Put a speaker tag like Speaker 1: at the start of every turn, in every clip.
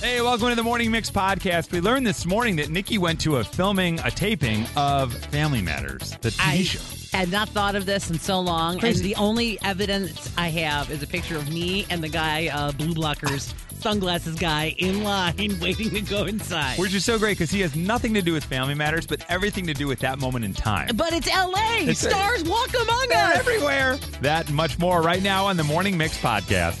Speaker 1: Hey, welcome to the Morning Mix podcast. We learned this morning that Nikki went to a filming, a taping of Family Matters, the TV
Speaker 2: I
Speaker 1: show.
Speaker 2: had not thought of this in so long,
Speaker 1: Crazy.
Speaker 2: and the only evidence I have is a picture of me and the guy, uh, blue blockers, sunglasses guy, in line waiting to go inside.
Speaker 1: Which is so great because he has nothing to do with Family Matters, but everything to do with that moment in time.
Speaker 2: but it's L.A.
Speaker 1: It's-
Speaker 2: Stars walk among
Speaker 1: They're
Speaker 2: us.
Speaker 1: everywhere. That and much more right now on the Morning Mix podcast.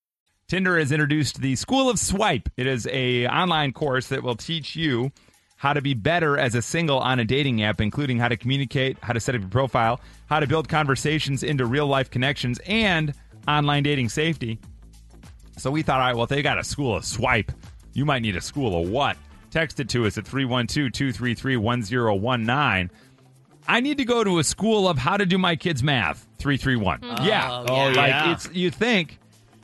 Speaker 1: Tinder has introduced the School of Swipe. It is a online course that will teach you how to be better as a single on a dating app, including how to communicate, how to set up your profile, how to build conversations into real life connections, and online dating safety. So we thought, all right, well, if they got a school of swipe, you might need a school of what? Text it to us at 312 233 1019. I need to go to a school of how to do my kids' math. 331. yeah.
Speaker 2: Oh,
Speaker 1: like
Speaker 2: yeah.
Speaker 1: it's, you think.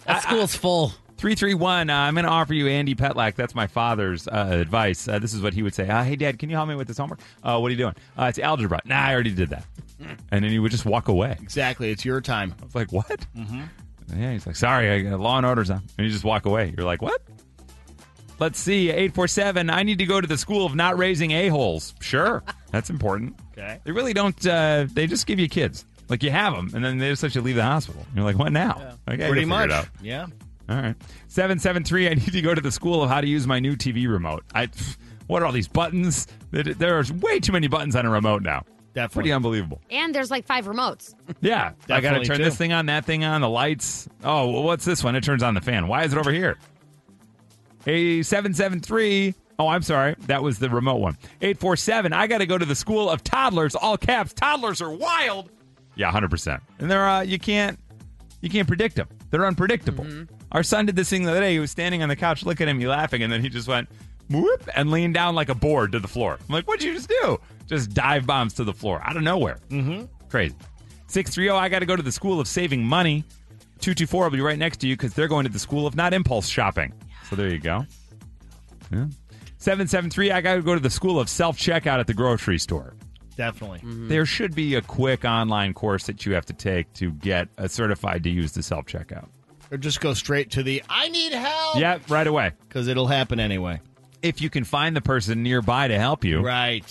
Speaker 2: That school's full.
Speaker 1: 331, uh, I'm going to offer you Andy Petlak. That's my father's uh, advice. Uh, this is what he would say. Uh, hey, Dad, can you help me with this homework? Uh, what are you doing? Uh, it's algebra. Nah, I already did that. And then he would just walk away.
Speaker 3: Exactly. It's your time.
Speaker 1: I was like, what? Mm-hmm. Yeah, he's like, sorry, I, uh, law and order's on. And you just walk away. You're like, what? Let's see, 847, I need to go to the school of not raising a-holes. Sure, that's important.
Speaker 3: Okay.
Speaker 1: They really don't, uh, they just give you kids. Like, you have them, and then they just let you leave the hospital. You're like, what now? Like, I gotta
Speaker 3: Pretty
Speaker 1: figure it
Speaker 3: much.
Speaker 1: out.
Speaker 3: Yeah.
Speaker 1: All right. 773, I need to go to the school of how to use my new TV remote. I pff, What are all these buttons? There- There's way too many buttons on a remote now.
Speaker 3: Definitely.
Speaker 1: Pretty unbelievable.
Speaker 4: And there's like five remotes.
Speaker 1: Yeah. I got to
Speaker 3: Definitely,
Speaker 1: turn
Speaker 3: too.
Speaker 1: this thing on, that thing on, the lights. Oh, well, what's this one? It turns on the fan. Why is it over here? A 773. Oh, I'm sorry. That was the remote one. 847. I got to go to the school of toddlers, all caps. Toddlers are wild. Yeah, 100%. And they're uh you can't you can't predict them. They're unpredictable. Our son did this thing the other day. He was standing on the couch looking at me laughing, and then he just went whoop and leaned down like a board to the floor. I'm like, what'd you just do? Just dive bombs to the floor out of nowhere. Mm-hmm. Crazy. 630, I got to go to the school of saving money. 224 will be right next to you because they're going to the school of not impulse shopping. So there you go. Yeah. 773, I got to go to the school of self checkout at the grocery store
Speaker 3: Definitely.
Speaker 1: there should be a quick online course that you have to take to get uh, certified to use the self checkout.
Speaker 3: Or just go straight to the I need help.
Speaker 1: Yep, right away.
Speaker 3: Because it'll happen anyway.
Speaker 1: If you can find the person nearby to help you.
Speaker 3: Right.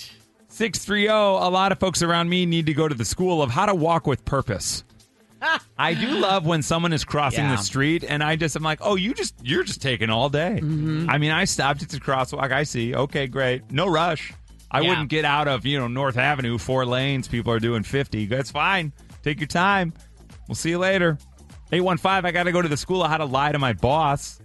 Speaker 1: 630, a lot of folks around me need to go to the school of how to walk with purpose. I do love when someone is crossing
Speaker 2: Yeah.
Speaker 1: the street and I just, I'm like, oh, you just, you're just taking all day.
Speaker 3: Mm-hmm.
Speaker 1: I mean, I stopped at the crosswalk. I see. Okay, great. No rush. I
Speaker 2: Yeah.
Speaker 1: wouldn't get out of, you know, North Avenue, four lanes. People are doing 50. That's fine. Take your time. We'll see you later. 815, I got to go to the school of how to lie to my boss.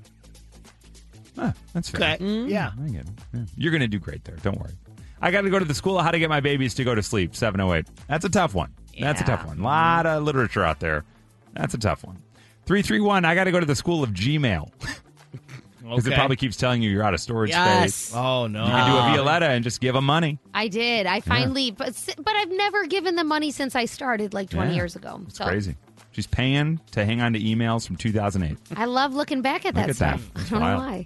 Speaker 1: Huh, that's fair.
Speaker 3: Okay. Yeah.
Speaker 1: I get Mm-hmm. it. Yeah. You're going to do great there. Don't worry. I got to go to the school of how to get my babies to go to sleep. 708. That's a tough one. That's a tough one. A lot of literature out there. That's a tough one. 331. I got to go to the school of Gmail because
Speaker 3: Okay.
Speaker 1: it probably keeps telling you you're out of storage space.
Speaker 2: Yes.
Speaker 3: Oh no.
Speaker 1: You can do a Violetta and just give them money.
Speaker 4: I did. I finally, but s- but I've never given them money since I started like 20
Speaker 1: Yeah.
Speaker 4: years ago.
Speaker 1: It's crazy. She's paying to hang on to emails from 2008.
Speaker 4: I love looking back at
Speaker 1: Look
Speaker 4: that
Speaker 1: at that.
Speaker 4: stuff.
Speaker 1: That's
Speaker 4: I don't know
Speaker 1: wild.
Speaker 4: why.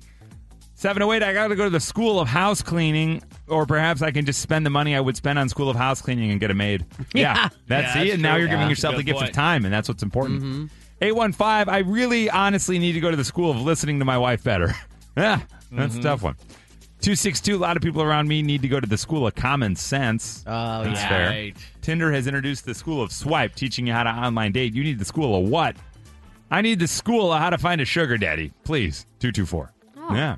Speaker 1: 708, I got to go to the school of house cleaning, or perhaps I can just spend the money I would spend on school of house cleaning and get a maid. Yeah, that's
Speaker 3: Yeah,
Speaker 1: it.
Speaker 3: that's
Speaker 1: now
Speaker 3: true.
Speaker 1: you're giving
Speaker 3: Yeah.
Speaker 1: yourself
Speaker 3: Good
Speaker 1: the gift
Speaker 3: point. Mm-hmm.
Speaker 1: of time, and that's what's important. 815, I really honestly need to go to the school of listening to my wife better. yeah, that's
Speaker 3: Mm-hmm.
Speaker 1: a tough one. 262, a lot of people around me need to go to the school of common sense.
Speaker 3: Oh,
Speaker 1: that's
Speaker 3: yeah.
Speaker 1: fair.
Speaker 3: Right.
Speaker 1: Tinder has introduced the school of swipe, teaching you how to online date. You need the school of what?
Speaker 2: Oh.
Speaker 1: I need the school of how to find a sugar daddy, please. 224. Yeah.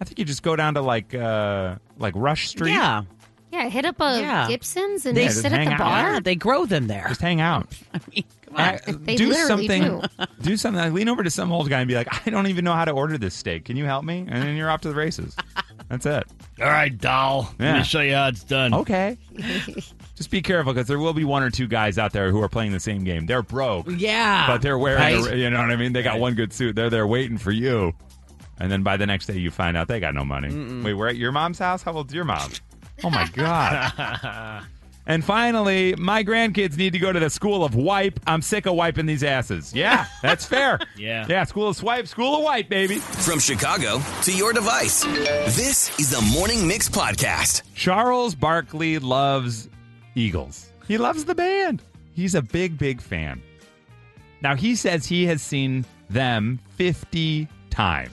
Speaker 1: I think you just go down to like uh like Rush Street.
Speaker 2: Yeah.
Speaker 4: Yeah, hit up a
Speaker 2: Yeah.
Speaker 4: Gibson's and
Speaker 1: They
Speaker 4: just
Speaker 1: just
Speaker 4: sit at
Speaker 1: hang
Speaker 4: the
Speaker 1: out.
Speaker 4: bar.
Speaker 2: Yeah, they grow them there.
Speaker 1: Just hang out.
Speaker 2: I mean, come on.
Speaker 1: Uh,
Speaker 4: They
Speaker 1: do
Speaker 4: literally
Speaker 1: something.
Speaker 4: do.
Speaker 1: Do something. Like lean over to some old guy and be like, "I don't even know how to order this steak. Can you help me?" And then you're off to the races. That's it.
Speaker 3: All right, doll. Let
Speaker 1: Yeah.
Speaker 3: me show you how it's done.
Speaker 1: Okay. Just be careful because there will be one or two guys out there who are playing the same game. They're broke,
Speaker 2: yeah.
Speaker 1: but they're wearing.
Speaker 2: Right?
Speaker 1: the- you know what I mean? They got one good suit. They're there waiting for you. And then by the next day, you find out they got no money. Wait, we're at your mom's house. How old's your mom? Oh my god. And finally, my grandkids need to go to the school of wipe. I'm sick of wiping these asses. Yeah, that's fair.
Speaker 3: Yeah.
Speaker 1: Yeah, school of swipe, school of wipe, baby.
Speaker 5: From Chicago to your device, this is the Morning Mix Podcast.
Speaker 1: Charles Barkley loves Eagles. He loves the band. He's a big, big fan. Now, he says he has seen them 50 times.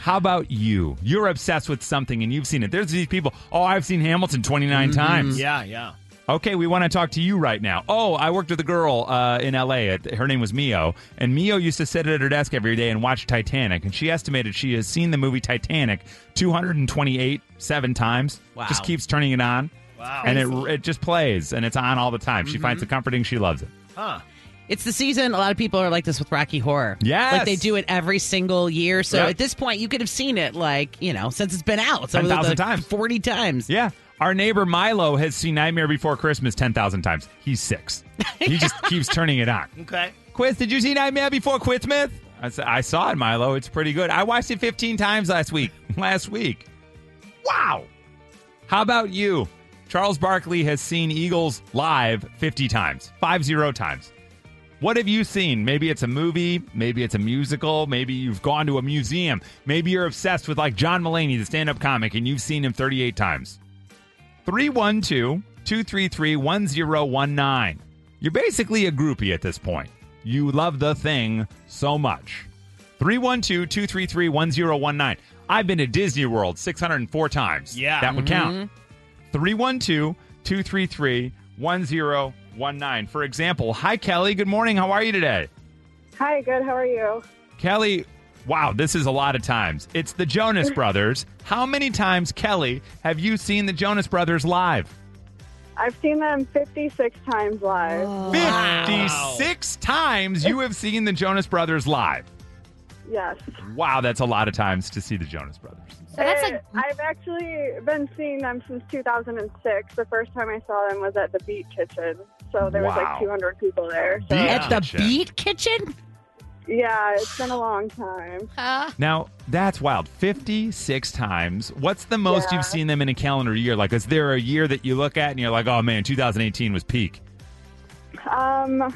Speaker 1: How about you? You're obsessed with something and you've seen it. There's these people. Oh, I've seen Hamilton 29 times.
Speaker 3: Mm-hmm. Yeah, yeah.
Speaker 1: Okay, we want to talk to you right now. Oh, I worked with a girl uh, in LA. At, her name was Mio. And Mio used to sit at her desk every day and watch Titanic. And she estimated she has seen the movie Titanic 228, seven times.
Speaker 2: Wow.
Speaker 1: Just keeps turning it on. Wow. And it, it just plays and it's on all the time.
Speaker 2: Mm-hmm.
Speaker 1: She finds it comforting. She loves it.
Speaker 3: Huh.
Speaker 2: It's the season. A lot of people are like this with Rocky Horror.
Speaker 1: Yes.
Speaker 2: Like they do it every single year. So
Speaker 1: Yeah.
Speaker 2: at this point, you could have seen it like, you know, since it's been out. So
Speaker 1: 10,000
Speaker 2: like
Speaker 1: times.
Speaker 2: 40 times.
Speaker 1: Yeah. Our neighbor Milo has seen Nightmare Before Christmas 10,000 times. He's six. He just keeps turning it on.
Speaker 3: Okay.
Speaker 1: Quiz, did you see Nightmare Before Christmas? I, said, I saw it, Milo. It's pretty good. I watched it 15 times last week. Last week. Wow. How about you? Charles Barkley has seen Eagles live 50 times, 50 times. What have you seen? Maybe it's a movie, maybe it's a musical, maybe you've gone to a museum, maybe you're obsessed with like John Mulaney, the stand up comic, and you've seen him 38 times. 312 233 1019. You're basically a groupie at this point. You love the thing so much. 312 233 1019. I've been to Disney World 604 times.
Speaker 3: Yeah.
Speaker 1: That would count. 312 233 1019. For example, hi, Kelly. Good morning. How are you today?
Speaker 6: Hi, good. How are you?
Speaker 1: Kelly, wow, this is a lot of times. It's the Jonas Brothers. How many times, Kelly, have you seen the Jonas Brothers live?
Speaker 6: I've seen them 56 times live.
Speaker 4: Oh,
Speaker 1: 56 times you have seen the Jonas Brothers live.
Speaker 6: Yes.
Speaker 1: Wow, that's a lot of times to see the Jonas Brothers.
Speaker 4: So that's
Speaker 6: Uh,
Speaker 4: like
Speaker 6: I've actually been seeing them since 2006. The first time I saw them was at the Beat Kitchen. So there was
Speaker 1: Wow.
Speaker 6: like 200 people there. So,
Speaker 1: Beat
Speaker 2: At the
Speaker 1: Kitchen.
Speaker 2: Beat Kitchen?
Speaker 6: yeah, it's been a long time.
Speaker 4: uh,
Speaker 1: Now, that's wild. 56 times. What's the most
Speaker 6: Yeah.
Speaker 1: you've seen them in a calendar year? Like, is there a year that you look at and you're like, oh man, 2018 was peak?
Speaker 6: Um,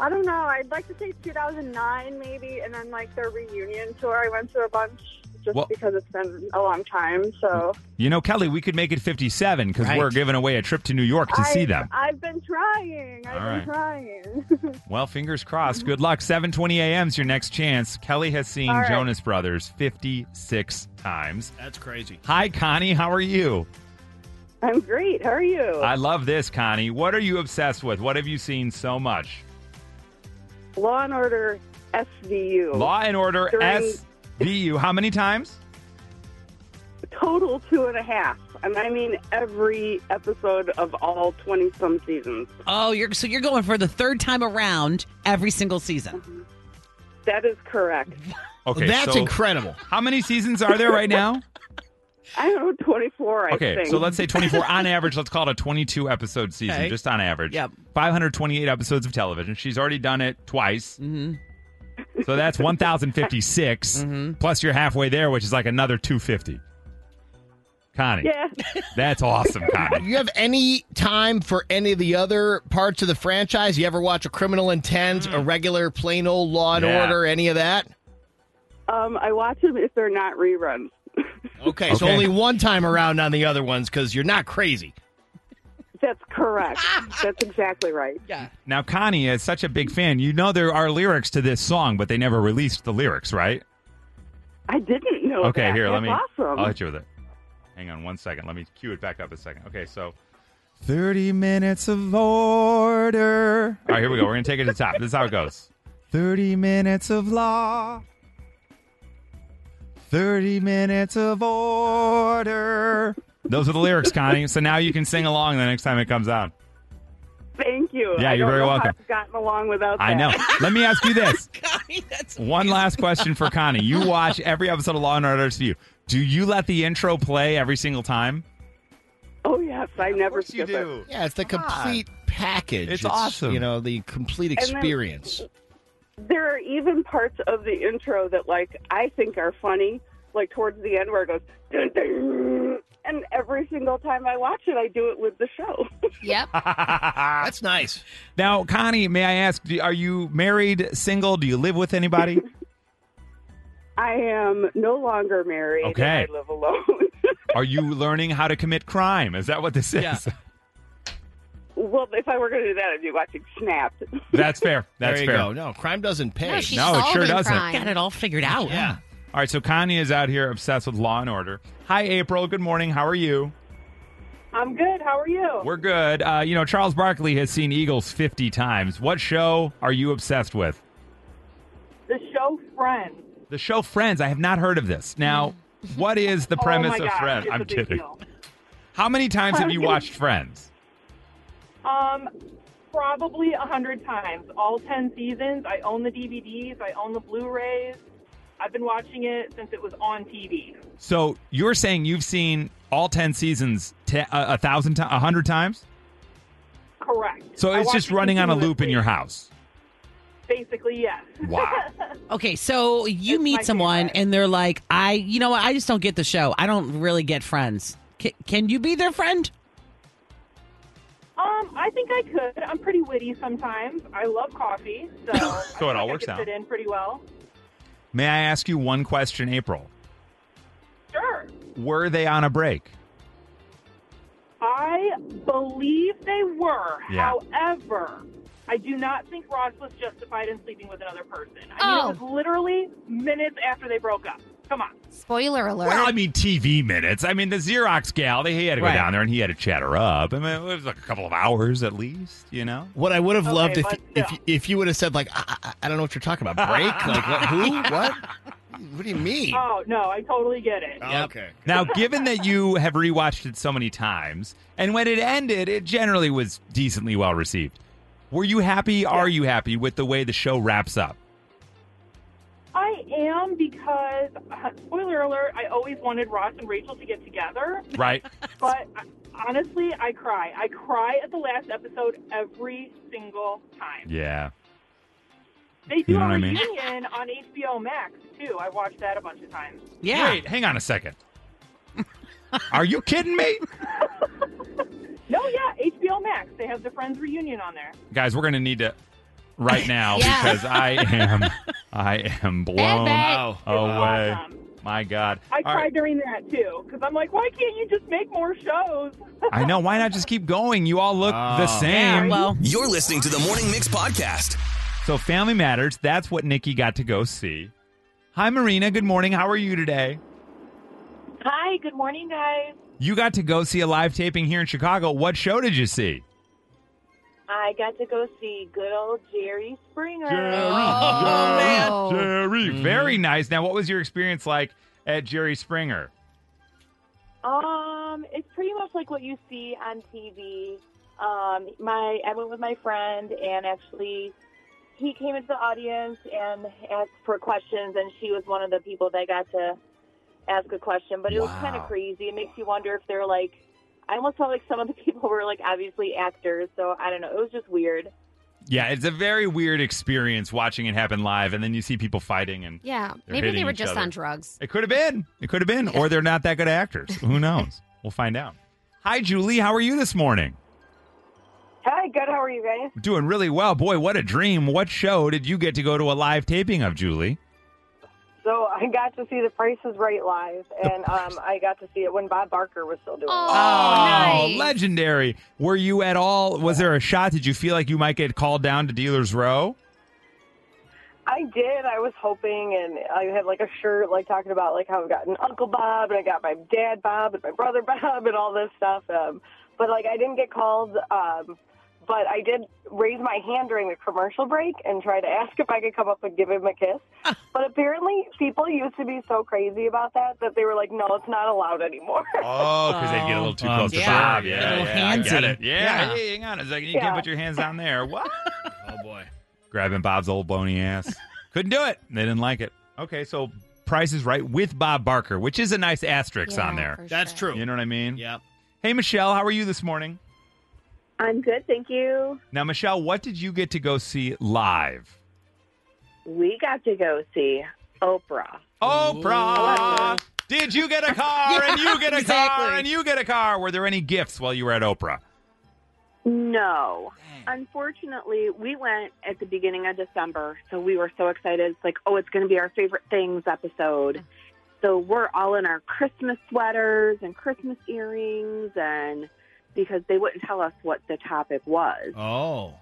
Speaker 6: I don't know. I'd like to say 2009 maybe, and then like their reunion tour. I went to a bunch just
Speaker 1: Well- Mm.
Speaker 6: because it's been a long time. So
Speaker 1: You know, Kelly, we could make it 57 because
Speaker 2: Right.
Speaker 1: we're giving away a trip to New York to
Speaker 6: I've,
Speaker 1: see them.
Speaker 6: I've been trying. I've
Speaker 1: All
Speaker 6: been trying.
Speaker 1: Well, fingers crossed. Good luck. 7:20 a.m. is your next chance. Kelly has seen
Speaker 6: All right.
Speaker 1: Jonas Brothers 56 times.
Speaker 3: That's crazy.
Speaker 1: Hi, Connie. How are you?
Speaker 6: I'm great. How are you?
Speaker 1: I love this, Connie. What are you obsessed with? What have you seen so much?
Speaker 6: Law and Order SVU.
Speaker 1: Law and Order
Speaker 6: Three.
Speaker 1: SVU. How many times?
Speaker 6: Total two and a half. And I mean every episode of all 20 some seasons.
Speaker 2: Oh, you're so you're going for the third time around every single season.
Speaker 6: That is correct.
Speaker 1: Okay,
Speaker 3: That's
Speaker 1: so
Speaker 3: incredible.
Speaker 1: how many seasons are there right now?
Speaker 6: I don't know, 24, I
Speaker 1: Okay,
Speaker 6: think.
Speaker 1: so let's say 24 on average. Let's call it a 22 episode season,
Speaker 2: Okay.
Speaker 1: just on average.
Speaker 2: Yep.
Speaker 1: 528 episodes of television. She's already done it twice. Mm-hmm. So that's 1,056. Plus, you're halfway there, which is like another 250. Connie,
Speaker 6: Yeah.
Speaker 1: that's awesome, Connie.
Speaker 3: You have any time for any of the other parts of the franchise? You ever watch a Criminal Intent, a regular plain old Law and
Speaker 1: Mm. Yeah.
Speaker 3: Order, any of that?
Speaker 6: Um, I watch them if they're not reruns.
Speaker 3: Okay, so
Speaker 1: Okay.
Speaker 3: only one time around on the other ones because you're not crazy.
Speaker 6: That's correct. That's exactly right.
Speaker 2: Yeah.
Speaker 1: Now, Connie is such a big fan. You know there are lyrics to this song, but they never released the lyrics, right?
Speaker 6: I didn't know
Speaker 1: Okay,
Speaker 6: Oh, that.
Speaker 1: here, let me.
Speaker 6: That's awesome.
Speaker 1: I'll hit you with it. Hang on one second. Let me cue it back up a second. Okay, so 30 minutes of order. All right, here we go. We're going to take it to the top. This is how it goes 30 minutes of law, 30 minutes of order. Those are the lyrics, Connie. So now you can sing along the next time it comes out.
Speaker 6: Thank you.
Speaker 1: Yeah,
Speaker 6: I
Speaker 1: you're
Speaker 6: don't
Speaker 1: very
Speaker 6: know how
Speaker 1: welcome.
Speaker 6: I've gotten along without
Speaker 1: I
Speaker 6: that.
Speaker 1: know. Let me ask you this.
Speaker 2: Connie, that's
Speaker 1: One last question for Connie. You watch every episode of Law and Order SVU. Do you let the intro play every single time?
Speaker 6: Oh yes, I never skip it.
Speaker 3: Yeah, it's the complete package.
Speaker 1: It's awesome.
Speaker 3: You know, the complete
Speaker 6: then-
Speaker 3: experience.
Speaker 6: There are even parts of the intro that, like, I think are funny, like towards the end where it goes, dun, dun, and every single time I watch it, I do it with the show.
Speaker 4: Yep.
Speaker 3: That's nice.
Speaker 1: Now, Connie, may I ask, do- are you married, single? Do you live with anybody?
Speaker 6: I am no longer married. and
Speaker 1: Okay.
Speaker 6: I live alone.
Speaker 1: Are you learning how to commit crime? Is that what this is?
Speaker 2: Yeah.
Speaker 6: well, if I were going to do that, I'd be watching Snapped.
Speaker 1: That's fair. That's
Speaker 3: there you
Speaker 1: fair.
Speaker 3: go. No, crime doesn't pay.
Speaker 4: No, she's
Speaker 1: No, it sure
Speaker 4: solving
Speaker 1: doesn't.
Speaker 4: crime.
Speaker 2: got it all figured out.
Speaker 3: yeah.
Speaker 1: All right, so Connie is out here obsessed with Law and Order. Hi, April. Good morning. How are you?
Speaker 6: I'm good. How are you?
Speaker 1: We're good. Uh, you know, Charles Barkley has seen Eagles 50 times. What show are you obsessed with?
Speaker 6: the show Friends.
Speaker 1: The show Friends. I have not heard of this. Now, what is the
Speaker 6: oh
Speaker 1: premise
Speaker 6: my
Speaker 1: of
Speaker 6: gosh,
Speaker 1: Friends?
Speaker 6: it's a
Speaker 1: I'm
Speaker 6: big
Speaker 1: kidding.
Speaker 6: deal.
Speaker 1: How many times have you watched Friends?
Speaker 6: Um, probably a hundred times, all ten seasons. I own the DVDs. I own the Blu-rays. I've been watching it since it was on TV.
Speaker 1: So you're saying you've seen all 10 seasons te- a, a thousand times, a hundred times?
Speaker 6: Correct.
Speaker 1: So
Speaker 6: I
Speaker 1: it's
Speaker 6: watch
Speaker 1: just
Speaker 6: it
Speaker 1: running on a loop in
Speaker 6: continuously.
Speaker 1: your house.
Speaker 6: Basically, yes.
Speaker 1: Wow.
Speaker 2: Okay, so you
Speaker 6: It's my
Speaker 2: meet someone
Speaker 6: favorite.
Speaker 2: and they're like, "I, you know what? I just don't get the show. I don't really get friends. C- can you be their friend?"
Speaker 6: Um, I think I could. I'm pretty witty sometimes. I love coffee, so I
Speaker 1: So
Speaker 6: think
Speaker 1: it all
Speaker 6: I
Speaker 1: works
Speaker 6: could
Speaker 1: out.
Speaker 6: Fit in pretty well.
Speaker 1: May I ask you one question, April?
Speaker 6: Sure.
Speaker 1: Were they on a break?
Speaker 6: I believe they were.
Speaker 1: Yeah.
Speaker 6: However, I do not think Ross was justified in sleeping with another person. I mean, it
Speaker 4: Oh.
Speaker 6: was literally minutes after they broke up. Come on.
Speaker 4: Spoiler alert.
Speaker 1: Well, I mean, TV minutes. I mean, the Xerox gal, they, he had to go
Speaker 2: Right.
Speaker 1: down there and he had to chat her up. I mean, it was like a couple of hours at least, you know?
Speaker 3: What I would have
Speaker 6: Okay,
Speaker 3: loved if
Speaker 6: but
Speaker 3: if
Speaker 6: still.
Speaker 3: if you would have said like I, I, I don't know what you're talking about break like what who what what do you mean?
Speaker 6: Oh no, I totally get it.
Speaker 3: Okay.
Speaker 1: Now, given that you have rewatched it so many times, and when it ended, it generally was decently well received. Were you happy? Are you happy with the way the show wraps up?
Speaker 6: I am because uh, spoiler alert, I always wanted Ross and Rachel to get together,
Speaker 1: Right?
Speaker 6: but uh, honestly, I cry. I cry at the last episode every single time.
Speaker 1: yeah.
Speaker 6: They do
Speaker 1: You know
Speaker 6: a
Speaker 1: what I mean?
Speaker 6: reunion on HBO Max too. I watched that a bunch of times.
Speaker 2: Yeah.
Speaker 1: Wait, hang on a second. Are you kidding me?
Speaker 6: No, yeah, HBO Max. They have the Friends reunion on there.
Speaker 1: Guys, we're going to need to right now
Speaker 4: Yeah.
Speaker 1: because I am I am blown
Speaker 4: Epic.
Speaker 1: away.
Speaker 3: Oh.
Speaker 6: awesome.
Speaker 1: My god.
Speaker 6: I
Speaker 1: All
Speaker 6: cried
Speaker 1: right.
Speaker 6: during that too because I'm like, why can't you just make more shows?
Speaker 1: I know. Why not just keep going? You all look the
Speaker 3: Oh.
Speaker 1: same.
Speaker 2: well,
Speaker 5: You're listening to the Morning Mix Podcast.
Speaker 1: So Family Matters, that's what Nikki got to go see. Hi Marina, good morning. How are you today?
Speaker 6: Hi, good morning, guys.
Speaker 1: You got to go see a live taping here in Chicago. What show did you see?
Speaker 6: I got to go see good old Jerry Springer.
Speaker 4: Oh, man.
Speaker 1: Jerry. Very nice. Now, what was your experience like at Jerry Springer?
Speaker 6: Um, it's pretty much like what you see on TV. Um, my I went with my friend, and actually, he came into the audience and asked for questions, and she was one of the people that got to ask a question. But it was kind
Speaker 1: Wow.
Speaker 6: of crazy. It makes you wonder if they're like. I almost felt like some of the people were like obviously actors, so I don't know. It was just weird.
Speaker 1: Yeah, it's a very weird experience watching it happen live, and then you see people fighting, and
Speaker 4: yeah.
Speaker 1: They're
Speaker 4: Maybe
Speaker 1: hitting
Speaker 4: they were
Speaker 1: each
Speaker 4: just
Speaker 1: other.
Speaker 4: on drugs.
Speaker 1: it could have been. It could have been, or they're not that good actors. Who knows? we'll find out. Hi, Julie. How are you this morning?
Speaker 6: Hi, good. How are you guys?
Speaker 1: Doing really well. Boy, what a dream. What show did you get to go to a live taping of, Julie?
Speaker 6: So I got to see The Price is Right live, and um, I got to see it when Bob Barker was still doing
Speaker 4: Oh,
Speaker 1: Oh,
Speaker 4: nice.
Speaker 1: legendary. Were you at all? Was there a shot? Did you feel like you might get called down to Dealer's Row?
Speaker 6: I did. I was hoping, and I had like a shirt, like talking about like how I've gotten Uncle Bob, and I got my dad Bob, and my brother Bob, and all this stuff. Um, but like I didn't get called. Um,
Speaker 7: But I did raise my hand during the commercial break and try to ask if I could come up and give him a
Speaker 4: Ah.
Speaker 7: kiss. But apparently, people used to be so crazy about that that they were like, no, it's not allowed anymore.
Speaker 1: Oh, because they'd get a little too
Speaker 2: Oh,
Speaker 1: close
Speaker 2: yeah.
Speaker 1: to Bob.
Speaker 2: A
Speaker 1: Yeah,
Speaker 2: little
Speaker 1: yeah, I get
Speaker 2: handsy.
Speaker 1: it. Yeah,
Speaker 2: Yeah.
Speaker 1: hey, hang on a second. You
Speaker 7: Yeah.
Speaker 1: can't put your hands down there. What?
Speaker 3: Oh boy.
Speaker 1: Grabbing Bob's old bony ass. Couldn't do it. They didn't like it. Okay, so Price is Right with Bob Barker, which is a nice asterisk on there.
Speaker 3: That's true.
Speaker 1: You know what I mean?
Speaker 3: Yeah.
Speaker 1: Hey, Michelle, how are you this morning?
Speaker 7: I'm good, thank you.
Speaker 1: Now, Michelle, what did you get to go see live?
Speaker 7: We got to go see Oprah.
Speaker 1: Oprah! Did you get a car? and you get a car?
Speaker 2: exactly.
Speaker 1: And you get a car? Were there any gifts while you were at Oprah?
Speaker 7: No. Unfortunately, we went at the beginning of December, so we were so excited. It's like, oh, it's going to be our favorite things episode. So we're all in our Christmas sweaters and Christmas earrings, and because they wouldn't tell us what the topic was.
Speaker 3: Oh.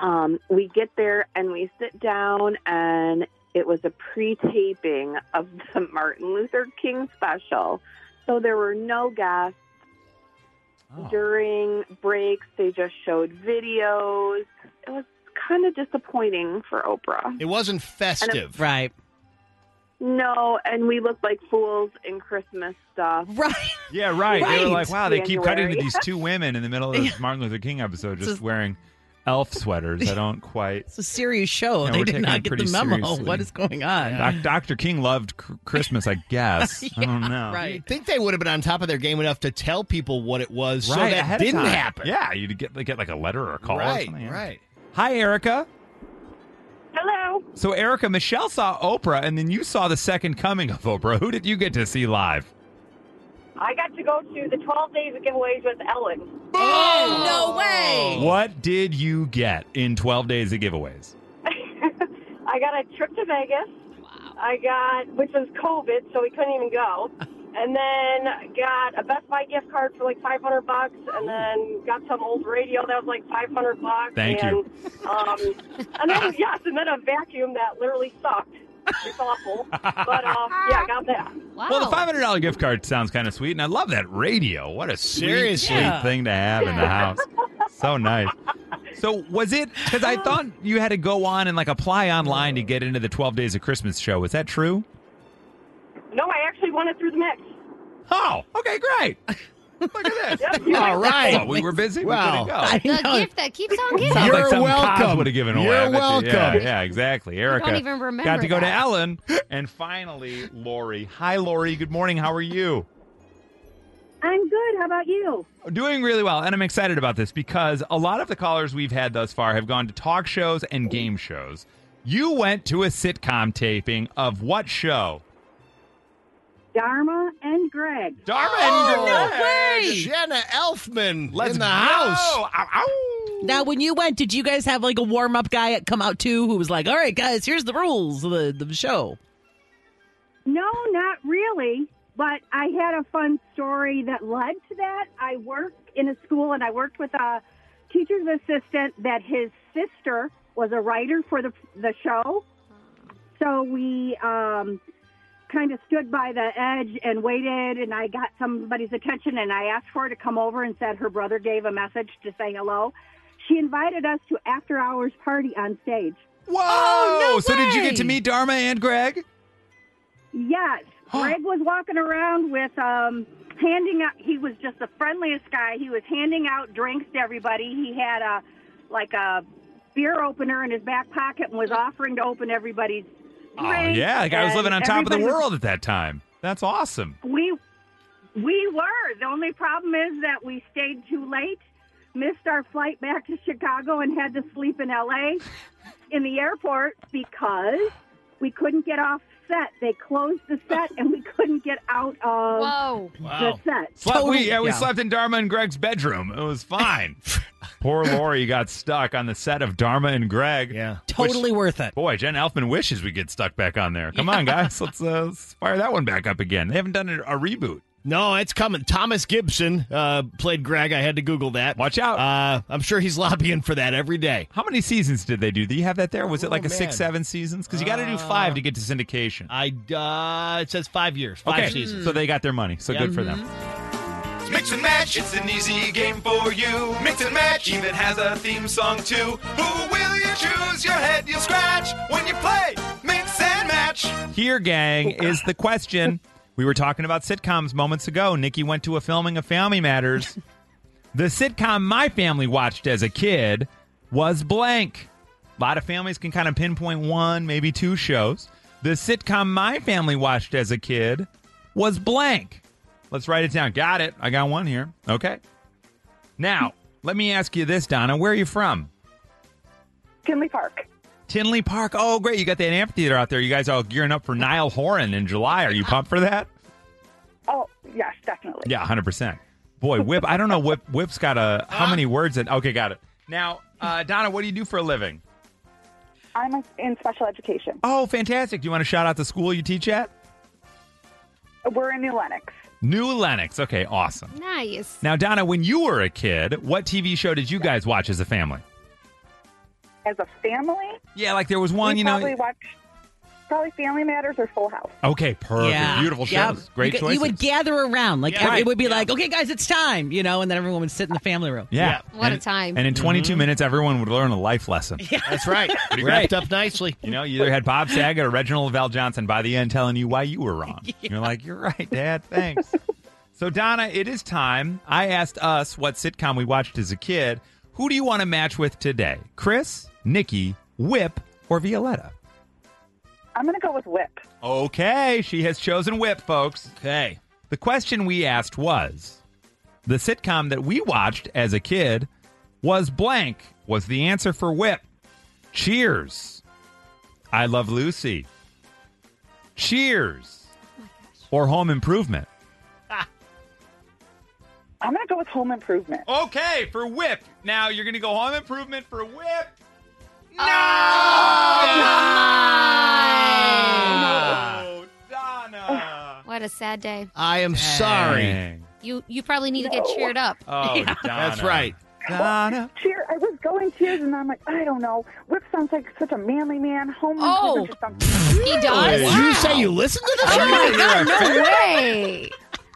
Speaker 7: Um, we get there and we sit down, and it was a pre taping of the Martin Luther King special. So there were no guests. During breaks, they just showed videos. It was kind of disappointing for Oprah.
Speaker 3: It wasn't festive.
Speaker 2: Right.
Speaker 7: No, and we looked like fools in Christmas stuff.
Speaker 2: Right.
Speaker 1: Yeah, right. They were
Speaker 2: Right.
Speaker 1: like, wow, they keep cutting to
Speaker 7: January.
Speaker 1: these two women in the middle of this Martin Luther King episode just
Speaker 2: Just-
Speaker 1: wearing elf sweaters. I don't quite.
Speaker 2: It's a serious show.
Speaker 1: Yeah, we're
Speaker 2: Oh, they
Speaker 1: taking
Speaker 2: did
Speaker 1: it
Speaker 2: not get the
Speaker 1: pretty
Speaker 2: memo.
Speaker 1: seriously.
Speaker 2: What is going on?
Speaker 1: Doc, Dr. King loved cr- Christmas, I guess. I don't know.
Speaker 3: I
Speaker 2: Right.
Speaker 3: think they would have been on top of their game enough to tell people what it was so
Speaker 1: Right,
Speaker 3: that
Speaker 1: ahead of
Speaker 3: didn't
Speaker 1: time.
Speaker 3: happen.
Speaker 1: Yeah, you'd get, like, get like a letter or a call. or
Speaker 3: Right,
Speaker 1: something, yeah.
Speaker 3: right.
Speaker 1: Hi, Erica.
Speaker 7: Hello.
Speaker 1: So, Erica, Michelle saw Oprah, and then you saw the second coming of Oprah. Who did you get to see live?
Speaker 7: I got to go to the 12 Days of Giveaways with Ellen.
Speaker 8: No way.
Speaker 2: Oh.
Speaker 1: What did you get in 12 days of giveaways?
Speaker 7: I got a trip to Vegas. I got, which was COVID, so we couldn't even go. And then got a Best Buy gift card for like 500 bucks, and then got some old radio that was like 500 bucks.
Speaker 1: Thank
Speaker 7: and,
Speaker 1: you.
Speaker 7: Um, and then yes, and then a vacuum that literally sucked. It's awful, but uh, yeah, I got that.
Speaker 8: Wow.
Speaker 1: Well, the five hundred dollar gift card sounds kind of sweet, and I love that radio. What a sweet,
Speaker 3: Seriously.
Speaker 1: sweet
Speaker 2: Yeah.
Speaker 1: thing to have in the house. So nice. So was it? Because I thought you had to go on and like apply online to get into the Twelve Days of Christmas show. Is that true?
Speaker 7: No, I actually won it through the mix.
Speaker 1: Oh, okay, great. Look at this.
Speaker 3: All
Speaker 1: Well,
Speaker 3: right.
Speaker 1: we were busy.
Speaker 3: Wow.
Speaker 1: we couldn't go.
Speaker 8: The gift that keeps on giving.
Speaker 1: Sounds
Speaker 3: You're
Speaker 1: like something Cobb
Speaker 3: welcome.
Speaker 1: would have given away.
Speaker 3: You're
Speaker 1: I bet you- Yeah,
Speaker 3: welcome.
Speaker 1: yeah, exactly. Erica
Speaker 8: even remember
Speaker 1: got to go to
Speaker 8: that.
Speaker 1: Ellen, and finally Lori. Hi, Lori. Good morning. How are you?
Speaker 7: I'm good. How about you?
Speaker 1: Doing really well, and I'm excited about this because a lot of the callers we've had thus far have gone to talk shows and game shows. You went to a sitcom taping of what show?
Speaker 7: Dharma and Greg.
Speaker 1: Dharma and
Speaker 3: Oh,
Speaker 1: Greg.
Speaker 3: Jenna Elfman
Speaker 1: Let's
Speaker 3: in the
Speaker 1: go.
Speaker 3: house.
Speaker 1: Ow, ow.
Speaker 2: Now, when you went, did you guys have like a warm up guy at come out too who was like, all right, guys, here's the rules of the, the show?
Speaker 9: No, not really. But I had a fun story that led to that. I work in a school and I worked with a teacher's assistant that his sister was a writer for the, the show. So we um, kind of stood by the edge and waited, and I got somebody's attention and I asked for her to come over and said her brother gave a message to say hello. She invited us to after hours party on stage.
Speaker 1: Whoa!
Speaker 2: Oh, no
Speaker 1: so did you
Speaker 2: way.
Speaker 1: get to meet Dharma and Greg?
Speaker 9: Yes. Greg was walking around with um handing out he was just the friendliest guy. He was handing out drinks to everybody. He had a like a beer opener in his back pocket and was offering to open everybody's
Speaker 1: Oh
Speaker 9: drinks.
Speaker 1: yeah, the guy was
Speaker 9: And
Speaker 1: living on top of the
Speaker 9: everybody was-
Speaker 1: world at that time. That's awesome.
Speaker 9: We we were. The only problem is that we stayed too late, missed our flight back to Chicago and had to sleep in LA in the airport because we couldn't get off set. They closed the set and we couldn't get out of
Speaker 8: Whoa.
Speaker 3: Wow.
Speaker 9: the set.
Speaker 1: Slept-
Speaker 2: Totally-
Speaker 1: we, yeah, we
Speaker 2: yeah.
Speaker 1: slept in Dharma and Greg's bedroom. It was fine. Poor Lori got stuck on the set of Dharma and Greg.
Speaker 3: Yeah.
Speaker 2: Totally worth it.
Speaker 1: Boy, Jen Elfman wishes we get stuck back on there. Come on, guys, let's, uh, let's fire that one back up again. They haven't done a a reboot.
Speaker 3: No, it's coming. Thomas Gibson uh, played Greg. I had to Google that.
Speaker 1: Watch out.
Speaker 3: Uh, I'm sure he's lobbying for that every day.
Speaker 1: How many seasons did they do? Do you have that there? Was
Speaker 3: Oh,
Speaker 1: it like a
Speaker 3: man.
Speaker 1: six, seven seasons? Because you got to do five to get to syndication.
Speaker 3: I uh, it says five years, five
Speaker 1: okay,
Speaker 3: seasons.
Speaker 1: so they got their money. So
Speaker 3: Yeah.
Speaker 1: good for them.
Speaker 10: Mix and match, it's an easy game for you. Mix and match even has a theme song too. Who will you choose? Your head you'll scratch when you play Mix and Match.
Speaker 1: Here, gang, is the question. We were talking about sitcoms moments ago. Nikki went to a filming of Family Matters. The sitcom my family watched as a kid was blank. A lot of families can kind of pinpoint one, maybe two shows. The sitcom my family watched as a kid was blank. Let's write it down. Got it. I got one here. Okay. Now, let me ask you this, Donna. Where are you from?
Speaker 11: Kinley Park.
Speaker 1: Tinley Park. Oh, great. You got that amphitheater out there. You guys all gearing up for Niall Horan in July. Are you pumped for that?
Speaker 11: Oh, yes, definitely.
Speaker 1: Yeah, 100%. Boy, Whip, I don't know. Whip, Whip's got a, how
Speaker 2: Ah.
Speaker 1: many words? In, okay, got it. Now, uh, Donna, what do you do for a living?
Speaker 11: I'm a, in special education.
Speaker 1: Oh, fantastic. Do you want to shout out the school you teach at?
Speaker 11: We're in New Lenox.
Speaker 1: New Lenox. Okay, awesome.
Speaker 4: Nice.
Speaker 1: Now, Donna, when you were a kid, what TV show did you guys watch as a family?
Speaker 11: As a family,
Speaker 1: Yeah, like there was one,
Speaker 11: we
Speaker 1: you
Speaker 11: probably
Speaker 1: know.
Speaker 11: watch probably Family Matters or Full House.
Speaker 1: Okay, perfect.
Speaker 2: Yeah.
Speaker 1: Beautiful shows.
Speaker 2: Yeah.
Speaker 1: Great
Speaker 2: you, g-
Speaker 1: choices.
Speaker 2: You would gather around. Like,
Speaker 1: Yeah.
Speaker 2: every-
Speaker 1: Right.
Speaker 2: it would be like, okay, guys, it's time, you know, and then everyone would sit in the family room. Mm-hmm.
Speaker 1: yeah.
Speaker 4: What a
Speaker 1: And-
Speaker 4: time.
Speaker 1: And in 22 minutes, everyone would learn a life lesson.
Speaker 3: That's right.
Speaker 1: Pretty
Speaker 3: Wrapped up nicely.
Speaker 1: You know, you either had Bob Saget or Reginald Val Johnson by the end telling you why you were wrong. You're like, you're right, Dad. Thanks. so, Donna, it is time. I asked us what sitcom we watched as a kid. Who do you want to match with today? Chris, Nikki, Whip, or Violetta?
Speaker 11: I'm going to go with Whip.
Speaker 1: Okay, she has chosen Whip, folks.
Speaker 3: Okay.
Speaker 1: The question we asked was the sitcom that we watched as a kid was blank, was the answer for Whip. Cheers. I Love Lucy. Cheers. Or Home Improvement.
Speaker 11: I'm going to go with Home Improvement.
Speaker 1: Okay, for Whip. Now you're going to go Home Improvement for Whip. No! Ah, Donna!
Speaker 4: What a sad day.
Speaker 3: I am sorry.
Speaker 1: Dang.
Speaker 4: You you probably need to get
Speaker 11: No.
Speaker 4: cheered up.
Speaker 1: Oh, Donna.
Speaker 3: That's right.
Speaker 1: Donna.
Speaker 11: Cheer! I was going cheers, and I'm like, I don't know. Whip sounds like such a manly man. Home
Speaker 4: Oh.
Speaker 11: Improvement or something.
Speaker 4: He does.
Speaker 3: Did you say you listened to this?
Speaker 1: You're- you're a fan.
Speaker 4: Way.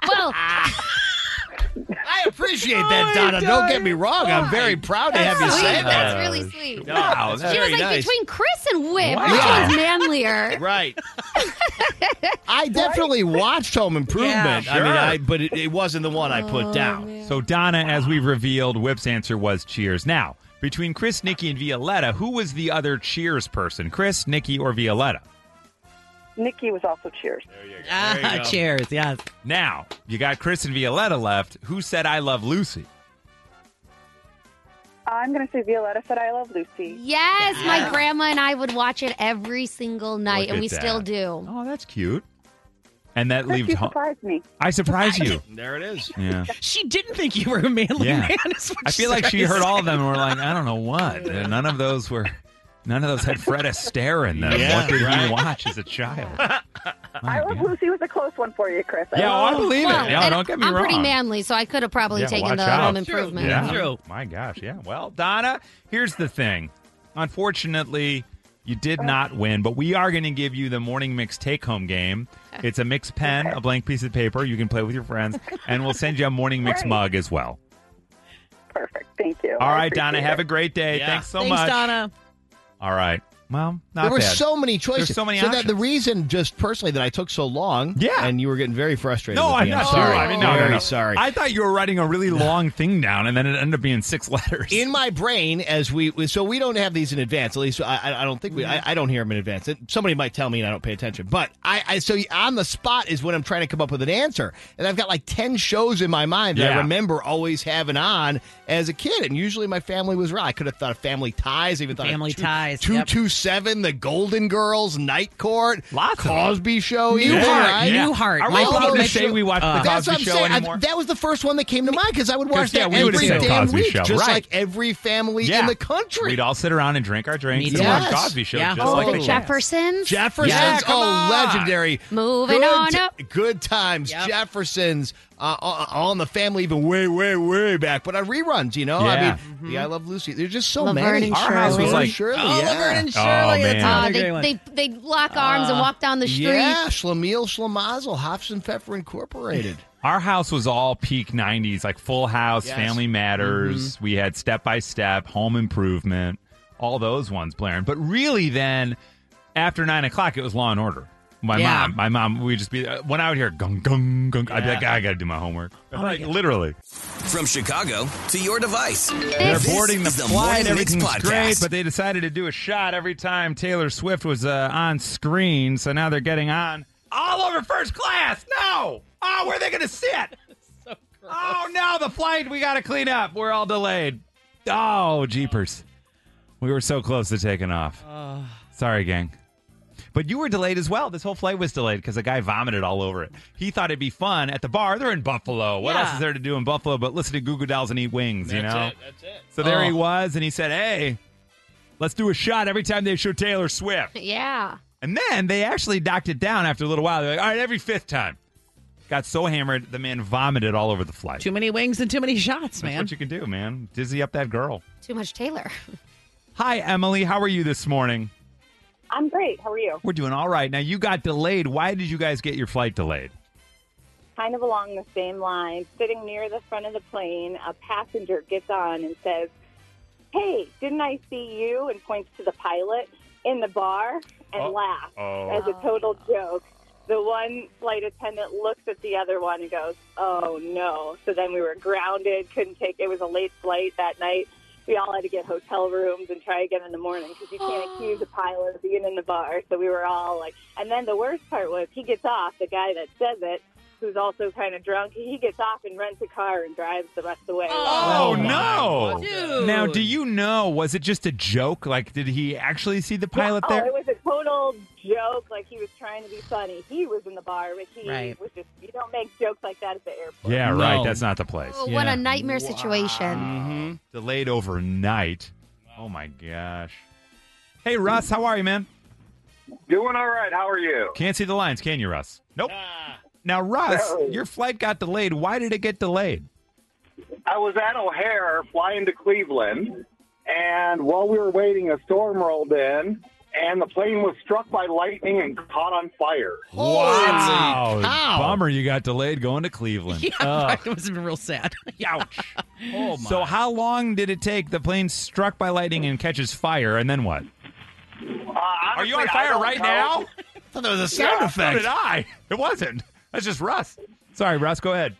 Speaker 4: Well,
Speaker 3: I appreciate that, Donna. Don't get me wrong. I'm very proud to have you
Speaker 4: sweet.
Speaker 3: say that.
Speaker 4: That's really sweet.
Speaker 1: Uh, Wow, that's
Speaker 4: She was
Speaker 3: very
Speaker 4: like
Speaker 3: nice.
Speaker 4: between Chris and Whip,
Speaker 1: Wow.
Speaker 4: which
Speaker 1: Yeah.
Speaker 4: one's manlier?
Speaker 3: Right. I definitely watched Home Improvement.
Speaker 1: Yeah,
Speaker 3: I mean,
Speaker 1: sure.
Speaker 3: I but it, it wasn't the one I put down.
Speaker 1: So, Donna, as we revealed, Whip's answer was cheers. Now, between Chris, Nikki, and Violetta, who was the other cheers person? Chris, Nikki, or Violetta?
Speaker 11: Nikki was also cheers.
Speaker 2: Ah, cheers. Yes.
Speaker 1: Now, you got Chris and Violetta left. Who said I love Lucy?
Speaker 11: I'm going to say Violetta said, "I love Lucy."
Speaker 4: Yes, my grandma and I would watch it every single night,
Speaker 1: Look
Speaker 4: and
Speaker 1: at
Speaker 4: we still
Speaker 1: that.
Speaker 4: do.
Speaker 1: Oh, that's cute. And that
Speaker 11: Chris,
Speaker 1: leaves
Speaker 11: you
Speaker 1: home.
Speaker 11: surprised me.
Speaker 1: I surprise you.
Speaker 3: There it is.
Speaker 1: Yeah.
Speaker 2: She didn't think you were a manly
Speaker 1: Yeah.
Speaker 2: man. is what
Speaker 1: I feel like she
Speaker 2: trying to
Speaker 1: heard
Speaker 2: say.
Speaker 1: all of them and were like, I don't know what. And None of those were, none of those had Fred Astaire in them.
Speaker 3: Yeah,
Speaker 1: what did he watch as a child? My
Speaker 11: I love
Speaker 1: God.
Speaker 11: Lucy was a close one for you, Chris. I
Speaker 1: Oh, Yeah, oh,
Speaker 11: love-
Speaker 1: I believe
Speaker 4: Well,
Speaker 1: it. Yeah,
Speaker 4: and
Speaker 1: don't get me
Speaker 4: I'm
Speaker 1: wrong.
Speaker 4: pretty manly, so I could have probably
Speaker 1: Yeah,
Speaker 4: taken
Speaker 1: watch
Speaker 4: the
Speaker 3: um,
Speaker 1: out.
Speaker 4: home improvement.
Speaker 1: Yeah.
Speaker 2: True.
Speaker 1: My gosh, yeah. Well, Donna, here's the thing. Unfortunately, you did not win, but we are going to give you the morning mix take home game. It's a mix pen, a blank piece of paper you can play with your friends, and we'll send you a morning mix
Speaker 11: Great.
Speaker 1: mug as well.
Speaker 11: Perfect. Thank you.
Speaker 1: All
Speaker 11: I
Speaker 1: right, Donna,
Speaker 11: appreciate
Speaker 1: have
Speaker 11: it.
Speaker 1: a great day.
Speaker 3: Yeah.
Speaker 1: Thanks so
Speaker 2: Thanks,
Speaker 1: much.
Speaker 2: Donna.
Speaker 1: All right. Well, not
Speaker 3: there were
Speaker 1: bad.
Speaker 3: so many choices.
Speaker 1: There's so many
Speaker 3: that the
Speaker 1: options.
Speaker 3: reason, just personally, that I took so long.
Speaker 1: Yeah.
Speaker 3: And you were getting very frustrated.
Speaker 1: no,
Speaker 3: with
Speaker 1: I'm
Speaker 3: me.
Speaker 1: not
Speaker 3: sorry.
Speaker 1: sorry. I mean, no, no,
Speaker 3: very
Speaker 1: no.
Speaker 3: sorry.
Speaker 1: I thought you were writing a really long thing down, and then it ended up being six letters.
Speaker 3: in my brain, as we so we don't have these in advance. At least I, I- I don't think we. I, I don't hear them in advance. It- Somebody might tell me, and I don't pay attention. But I, I so on the spot is when I'm trying to come up with an answer, and I've got like ten shows in my mind that
Speaker 1: Yeah.
Speaker 3: I remember always having on as a kid. And usually my family was right. I could have thought of Family Ties, even thought
Speaker 2: Family
Speaker 3: of two,
Speaker 2: Ties,
Speaker 3: two
Speaker 2: yep.
Speaker 3: two seven, The Golden Girls, Night Court,
Speaker 1: Lots of them.
Speaker 3: Cosby Show, even,
Speaker 2: Newhart,
Speaker 3: right?
Speaker 2: yeah. Newhart.
Speaker 1: Are we
Speaker 2: My
Speaker 1: allowed
Speaker 3: mom
Speaker 1: to
Speaker 3: makes
Speaker 1: say
Speaker 3: sure-
Speaker 1: we watch the
Speaker 3: That's what
Speaker 1: Cosby
Speaker 3: I'm
Speaker 1: Show
Speaker 3: saying. I-
Speaker 1: anymore?
Speaker 3: that was the first one that came to mind because I would watch
Speaker 1: 'Cause, yeah,
Speaker 3: that
Speaker 1: we would've
Speaker 3: every
Speaker 1: said
Speaker 3: damn
Speaker 1: Cosby
Speaker 3: week,
Speaker 1: Show,
Speaker 3: just
Speaker 1: right.
Speaker 3: like every family in
Speaker 1: Yeah.
Speaker 3: the country.
Speaker 1: We'd all sit around and drink our drinks
Speaker 2: Me
Speaker 1: and watch
Speaker 3: too.
Speaker 1: Cosby Show
Speaker 2: Yeah.
Speaker 1: just
Speaker 4: Oh,
Speaker 1: like
Speaker 4: the
Speaker 1: a kid.
Speaker 4: Jeffersons.
Speaker 3: Jefferson's
Speaker 1: Yeah, come
Speaker 3: oh
Speaker 1: on.
Speaker 3: legendary.
Speaker 4: Moving
Speaker 3: good
Speaker 4: on
Speaker 3: ti-
Speaker 4: up.
Speaker 3: good times.
Speaker 2: Yep.
Speaker 3: Jefferson's uh, on on the family even way, way, way back, but on reruns, you know? I mean,
Speaker 1: Yeah.
Speaker 3: the I Love Lucy. There's just so
Speaker 4: Mm-hmm. Laverne
Speaker 3: many.
Speaker 4: and
Speaker 3: Our house was
Speaker 4: Shirley.
Speaker 3: like, Shirley,
Speaker 4: Oh,
Speaker 3: yeah.
Speaker 4: Laverne and
Speaker 1: Oh, Shirley, that's man.
Speaker 4: Oh, they, they, they lock arms and
Speaker 3: Uh,
Speaker 4: walk down the street.
Speaker 3: Yeah, Schlemiel Schlemazel, Hops and Pfeffer Incorporated.
Speaker 1: Our house was all peak 90s, like Full House,
Speaker 3: Yes.
Speaker 1: Family Matters.
Speaker 5: Mm-hmm.
Speaker 1: We had Step by Step, Home Improvement, all those ones blaring. But really, then after nine o'clock, it was Law and Order. My
Speaker 2: Yeah.
Speaker 1: mom, my mom, we just be uh, when I would hear gung gung gung. I'd be
Speaker 5: Yeah. Oh
Speaker 1: like, I got to do my homework, like literally.
Speaker 5: From Chicago to your device.
Speaker 1: They're
Speaker 5: This
Speaker 1: boarding the
Speaker 5: is
Speaker 1: flight.
Speaker 5: Morning Mix
Speaker 1: Everything's great,
Speaker 5: podcast.
Speaker 1: but they decided to do a shot every time Taylor Swift was uh, on screen. So now they're getting on all over first class. No, oh, where are they going to sit? Oh no, the flight we got to clean up. We're all delayed. Oh jeepers, we were so close to taking off. Sorry, gang. But you were delayed as well. This whole flight was delayed because a guy vomited all over it. He thought it'd be fun at the bar. They're in Buffalo. What
Speaker 2: Yeah.
Speaker 1: else is there to do in Buffalo but listen to Goo Goo Dolls and eat wings? you
Speaker 2: That's
Speaker 1: know.
Speaker 2: it, that's it.
Speaker 1: So there he
Speaker 2: Oh.
Speaker 1: was, and he said, "Hey, let's do a shot every time they show Taylor Swift."
Speaker 4: Yeah.
Speaker 1: And then they actually knocked it down after a little while. They're like, "All right, every fifth time." Got so hammered, the man vomited all over the flight.
Speaker 2: Too many wings and too many shots,
Speaker 1: That's
Speaker 2: man.
Speaker 1: what you can do, man. Dizzy up that girl.
Speaker 4: Too much Taylor.
Speaker 1: Hi, Emily. How are you this morning?
Speaker 12: I'm great. How are you?
Speaker 1: We're doing all right. Now you got delayed. Why did you guys get your flight delayed?
Speaker 12: Kind of along the same line, sitting near the front of the plane, a passenger gets on and says, Hey, didn't I see you? and points to the pilot in the bar and
Speaker 13: Oh.
Speaker 12: laughs
Speaker 13: Oh.
Speaker 12: as a total joke. The one flight attendant looks at the other one and goes, Oh no. So then we were grounded, couldn't take it was a late flight that night. We all had to get hotel rooms and try again in the morning because you can't accuse a pilot of being in the bar. So we were all like, and then the worst part was he gets off, the guy that says it, who's also kind of drunk, he gets off and rents a car and drives the rest of the way.
Speaker 1: Oh, no! Now, do you know? Was it just a joke? Like, did he actually see the pilot
Speaker 12: No,
Speaker 1: there?
Speaker 12: oh, It was a total joke. Like he was trying to be funny. He was in the bar, but he
Speaker 1: Right.
Speaker 12: was just, you don't make jokes like that at the airport.
Speaker 1: Yeah,
Speaker 2: No.
Speaker 1: right. That's not the place.
Speaker 4: Oh, What a nightmare situation.
Speaker 1: Mm-hmm. Delayed overnight. Oh my gosh. Hey Russ, how are you, man?
Speaker 14: Doing all right. How are you?
Speaker 1: Can't see the lines, can you, Russ? Nope.
Speaker 14: Uh,
Speaker 1: Now, Russ,
Speaker 14: No.
Speaker 1: your flight got delayed. Why did it get delayed?
Speaker 14: I was at O'Hare flying to Cleveland, and while we were waiting, a storm rolled in, and the plane was struck by lightning and caught on fire.
Speaker 1: wow.
Speaker 2: cow.
Speaker 1: Bummer you got delayed going to Cleveland.
Speaker 2: Yeah,
Speaker 1: Ugh.
Speaker 2: right. it was been real sad.
Speaker 1: Ouch. Oh, So how long did it take? The plane struck by lightning and catches fire, and then what?
Speaker 14: Are
Speaker 1: you on fire right now?
Speaker 14: I
Speaker 3: thought that was
Speaker 1: Yeah, So did I. It wasn't. That's just Russ. Sorry, Russ, go ahead.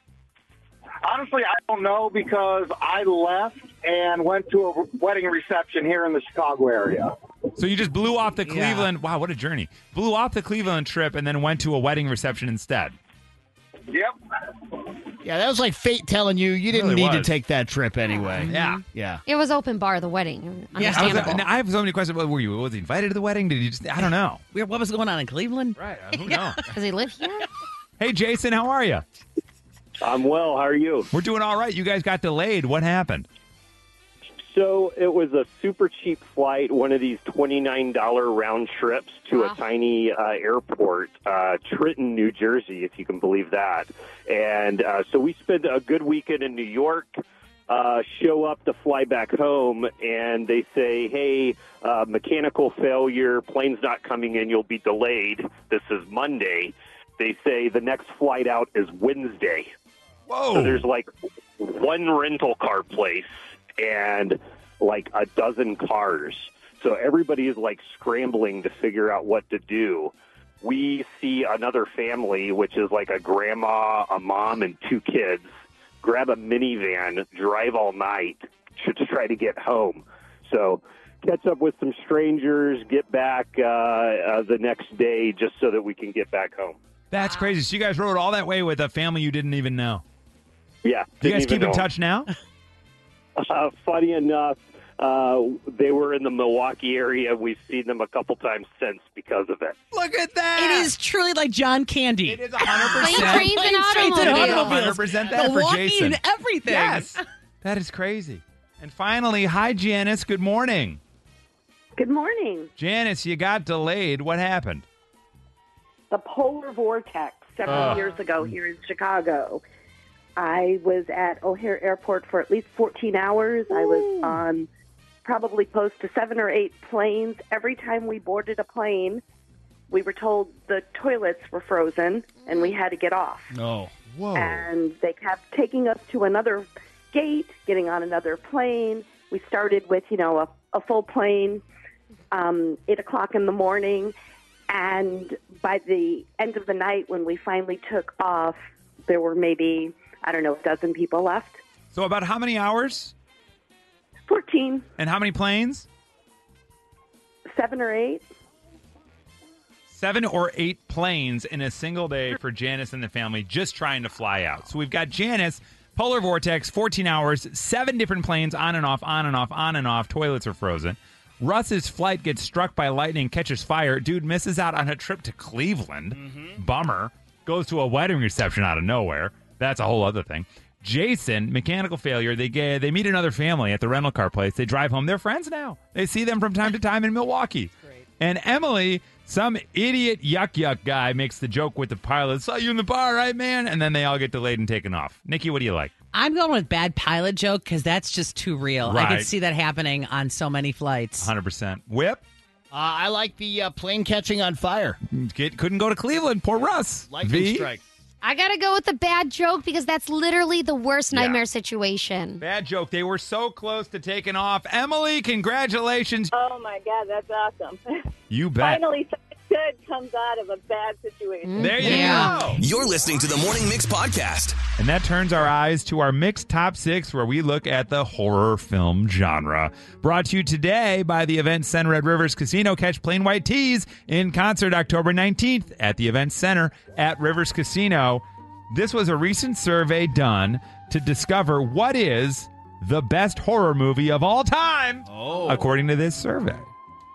Speaker 14: Honestly, I don't know because I left and went to a wedding reception here in the Chicago area.
Speaker 1: So you just blew off the Cleveland. Wow, what a journey. Blew off the Cleveland trip and then went to a wedding reception instead.
Speaker 3: Yeah, that was like fate telling you you didn't
Speaker 1: Really
Speaker 3: need to
Speaker 1: was.
Speaker 3: take that trip anyway.
Speaker 1: Yeah.
Speaker 3: Yeah.
Speaker 4: It was open bar, the wedding.
Speaker 1: I, was-
Speaker 4: Understandable.
Speaker 1: and I have so many questions. Were you was he invited to the wedding? Did you just? I don't know.
Speaker 2: Weird. What was going on in Cleveland?
Speaker 1: Right. Who knows?
Speaker 4: Does he live here?
Speaker 1: hey, Jason, how are you?
Speaker 15: I'm well. How are you?
Speaker 1: We're doing all right. You guys got delayed. What happened?
Speaker 15: So it was a super cheap flight, one of these $29 round trips to a tiny uh, airport, uh, Trenton, New Jersey, if you can believe that. And uh, so we spent a good weekend in New York. Uh, show up to fly back home, and they say, "Hey, uh, mechanical failure, plane's not coming in. You'll be delayed. This is Monday." They say the next flight out is Wednesday.
Speaker 1: Whoa!
Speaker 15: So there's like one rental car place and like a dozen cars. So everybody is like scrambling to figure out what to do. We see another family, which is like a grandma, a mom, and two kids, grab a minivan, drive all night to, to try to get home. So catch up with some strangers, get back uh, uh, the next day just so that we can get back home.
Speaker 1: That's crazy. So you guys rode all that way with a family you didn't even know.
Speaker 15: Yeah.
Speaker 1: Do
Speaker 15: didn't
Speaker 1: you guys
Speaker 15: even
Speaker 1: keep in
Speaker 15: know.
Speaker 1: touch now?
Speaker 15: Uh, funny enough, uh, they were in the Milwaukee area. We've seen them a couple times since because of it.
Speaker 2: Look at that. It is truly like John Candy. It
Speaker 1: is 100
Speaker 2: Trains
Speaker 1: Plane,
Speaker 2: and
Speaker 1: trains, and
Speaker 2: automobiles.
Speaker 1: 100% that for
Speaker 2: Milwaukee
Speaker 1: Jason.
Speaker 2: and everything.
Speaker 1: Yes. That is crazy. And finally, hi, Janice. Good morning.
Speaker 16: Good morning.
Speaker 1: Janice, you got delayed. What happened?
Speaker 16: The polar vortex several
Speaker 1: Ugh.
Speaker 16: years ago here in Chicago. I was at O'Hare Airport for at least 14 hours. I was on probably close to seven or eight planes. Every time we boarded a plane, we were told the toilets were frozen and we had to get off.
Speaker 3: No.
Speaker 16: And they kept taking us to another gate, getting on another plane. We started with, you know, a, a full plane, um, 8 o'clock in the morning. And by the end of the night, when we finally took off, there were maybe, I don't know, a dozen people left.
Speaker 1: So about how many hours?
Speaker 16: 14.
Speaker 1: And how many planes?
Speaker 16: Seven or eight.
Speaker 1: Seven or eight planes in a single day for Janice and the family just trying to fly out. So we've got Janice, polar vortex, 14 hours, seven different planes on and off, on and off, on and off. Toilets are frozen. Russ's flight gets struck by lightning, catches fire. Dude misses out on a trip to Cleveland. Bummer. Goes to a wedding reception out of nowhere. That's a whole other thing. Jason, mechanical failure. They get, they meet another family at the rental car place. They drive home. They're friends now. They see them from time to time in Milwaukee. And Emily, some idiot yuck yuck guy makes the joke with the pilot. Saw you in the bar, right, man? And then they all get delayed and taken off. Nikki, what do you like?
Speaker 2: I'm going with bad pilot joke because that's just too real. I
Speaker 1: Right.
Speaker 2: could see that happening on so many flights.
Speaker 1: 100%. Whip.
Speaker 3: Uh, I like the uh, plane catching on fire.
Speaker 1: Get, couldn't go to Cleveland. Poor Russ.
Speaker 3: Lightning
Speaker 1: V?
Speaker 3: strike.
Speaker 4: I gotta go with the bad joke because that's literally the worst
Speaker 1: Yeah.
Speaker 4: nightmare situation.
Speaker 1: Bad joke. They were so close to taking off. Emily, congratulations.
Speaker 12: Oh my God, that's awesome.
Speaker 1: You bet.
Speaker 12: Finally, something good comes out of a bad situation.
Speaker 1: There you go.
Speaker 5: You're listening to the Morning Mix podcast.
Speaker 1: And that turns our eyes to our mixed top six, where we look at the horror film genre. Brought to you today by the event Center at Rivers Casino. Catch Plain White Tees in concert October 19th at the event center at Rivers Casino. This was a recent survey done to discover what is the best horror movie of all time, according to this survey.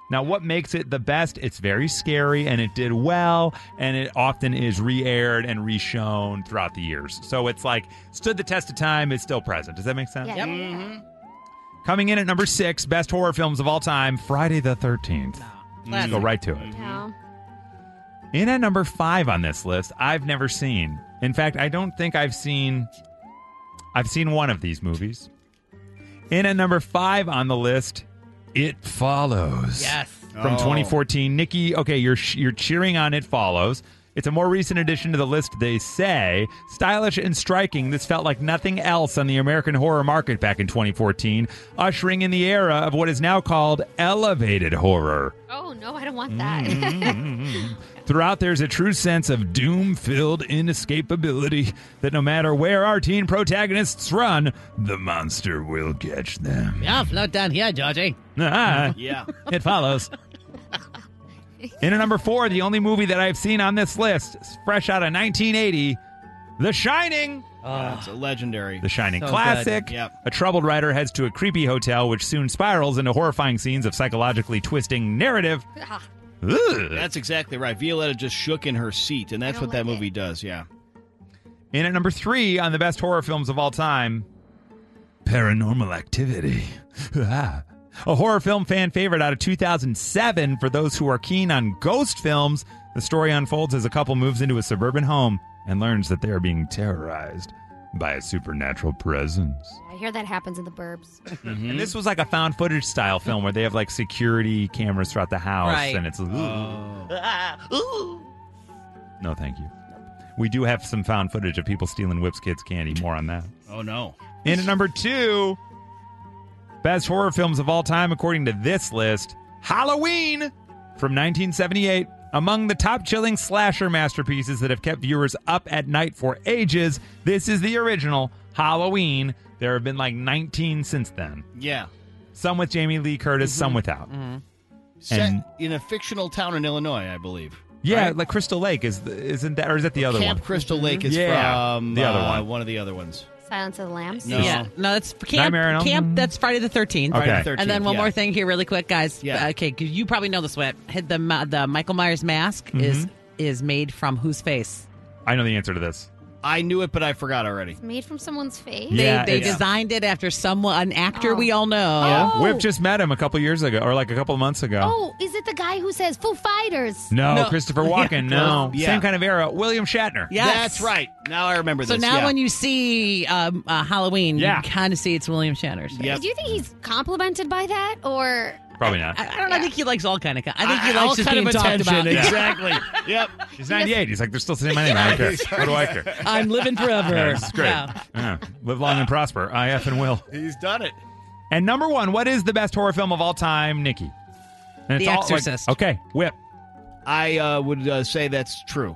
Speaker 1: Now, what makes it the best? It's very scary and it did well, and it often is re aired and reshown throughout the years. So it's like stood the test of time, it's still present. Does that make sense?
Speaker 4: Yeah.
Speaker 17: Mm-hmm.
Speaker 1: Coming in at number six, best horror films of all time, Friday the 13th. Let's go
Speaker 2: Classic.
Speaker 1: right to it.
Speaker 4: No.
Speaker 1: In at number five on this list, I've never seen. In fact, I don't think I've seen. I've seen one of these movies. In at number five on the list, It Follows.
Speaker 2: Yes.
Speaker 1: From
Speaker 2: Oh.
Speaker 1: 2014. Nikki, okay, you're, you're cheering on It Follows. It's a more recent addition to the list, they say. Stylish and striking, this felt like nothing else on the American horror market back in 2014, ushering in the era of what is now called elevated horror.
Speaker 4: Oh no, I don't want that.
Speaker 1: Mm-hmm, Throughout, there's a true sense of doom filled inescapability that no matter where our teen protagonists run, the monster will catch them.
Speaker 2: Yeah, float down here, Georgie.
Speaker 1: Ah,
Speaker 2: Yeah.
Speaker 1: It follows. In at number four, the only movie that I've seen on this list, fresh out of 1980, The Shining.
Speaker 4: Ah.
Speaker 3: That's a legendary.
Speaker 1: The Shining
Speaker 3: So good.
Speaker 1: classic.
Speaker 3: Yep.
Speaker 1: A troubled writer heads to a creepy hotel, which soon spirals into horrifying scenes of psychologically twisting narrative.
Speaker 3: Ah.
Speaker 1: Ugh.
Speaker 3: That's exactly right. Violetta just shook in her seat, and that's what that movie does. Yeah.
Speaker 1: In at number three on the best horror films of all time, Paranormal Activity. Ah. a horror film fan favorite out of 2007 for those who are keen on ghost films. The story unfolds as a couple moves into a suburban home and learns that they are being terrorized by a supernatural presence.
Speaker 4: I hear that happens in the burbs.
Speaker 3: Mm-hmm.
Speaker 1: And this was like a found footage style film where they have like security cameras throughout the house
Speaker 4: Right.
Speaker 1: and it's
Speaker 3: Oh.
Speaker 2: Ooh.
Speaker 1: no thank you. We do have some found footage of people stealing Whips Kids candy. More on that.
Speaker 3: Oh no.
Speaker 1: In at number two, best horror films of all time, according to this list, Halloween from 1978. Among the top chilling slasher masterpieces that have kept viewers up at night for ages, this is the original Halloween. There have been like 19 since then.
Speaker 3: Yeah.
Speaker 1: Some with Jamie Lee
Speaker 3: Mm-hmm.
Speaker 1: Curtis, some without.
Speaker 4: Mm-hmm.
Speaker 3: Set
Speaker 1: And-
Speaker 3: in a fictional town in Illinois, I believe.
Speaker 1: Yeah, like Crystal Lake is the, isn't that or is that the other
Speaker 3: Camp
Speaker 1: one?
Speaker 3: Crystal Lake is
Speaker 1: Yeah,
Speaker 3: from
Speaker 1: the other
Speaker 3: uh,
Speaker 1: one.
Speaker 3: of the other ones.
Speaker 4: Silence of the Lambs.
Speaker 3: No.
Speaker 2: Yeah. No, that's camp.
Speaker 1: Nightmare on Elm-
Speaker 2: Camp. That's Friday the Thirteenth.
Speaker 1: Friday the Okay. 13th,
Speaker 2: And then one
Speaker 1: yeah.
Speaker 2: more thing here, really quick, guys. Yeah. Okay, 'cause you probably know this one. Hit The ma- the Michael Myers mask is is made from whose face?
Speaker 1: I Mm-hmm. know the answer to this.
Speaker 3: I knew it, but I forgot already.
Speaker 4: Made from someone's face.
Speaker 2: They,
Speaker 1: Yeah,
Speaker 2: they
Speaker 1: it's-
Speaker 2: designed it after someone, an
Speaker 1: Oh.
Speaker 2: actor we all know.
Speaker 1: Whip just met him a couple years ago, or like a couple months ago.
Speaker 4: Oh, is it the guy who says Foo Fighters?
Speaker 1: No, Christopher Walken. no,
Speaker 3: Yeah.
Speaker 1: same kind of era. William Shatner.
Speaker 2: Yes.
Speaker 3: That's right. Now I remember
Speaker 2: So
Speaker 3: this.
Speaker 2: now
Speaker 3: yeah.
Speaker 2: when you see um, uh, Halloween, you kind of see it's William Shatner's. face.
Speaker 4: Do you think he's complimented by that, or
Speaker 1: Probably not.
Speaker 2: I, I don't know. I think he likes all kind of. I think he
Speaker 3: I- all
Speaker 2: likes just
Speaker 3: kind of
Speaker 2: being talked
Speaker 3: attention,
Speaker 2: about.
Speaker 3: exactly. yep.
Speaker 1: He's 98. He's like, they're still saying my name. I don't care. What do I care?
Speaker 2: I'm living forever.
Speaker 1: Yeah, this is great.
Speaker 2: Yeah.
Speaker 1: Yeah. Live long and prosper. I F and will.
Speaker 3: He's done it.
Speaker 1: And number one, what is the best horror film of all time, Nikki? And
Speaker 3: The
Speaker 1: all, like-
Speaker 3: Exorcist.
Speaker 1: okay, whip.
Speaker 3: I uh, would uh, say that's true.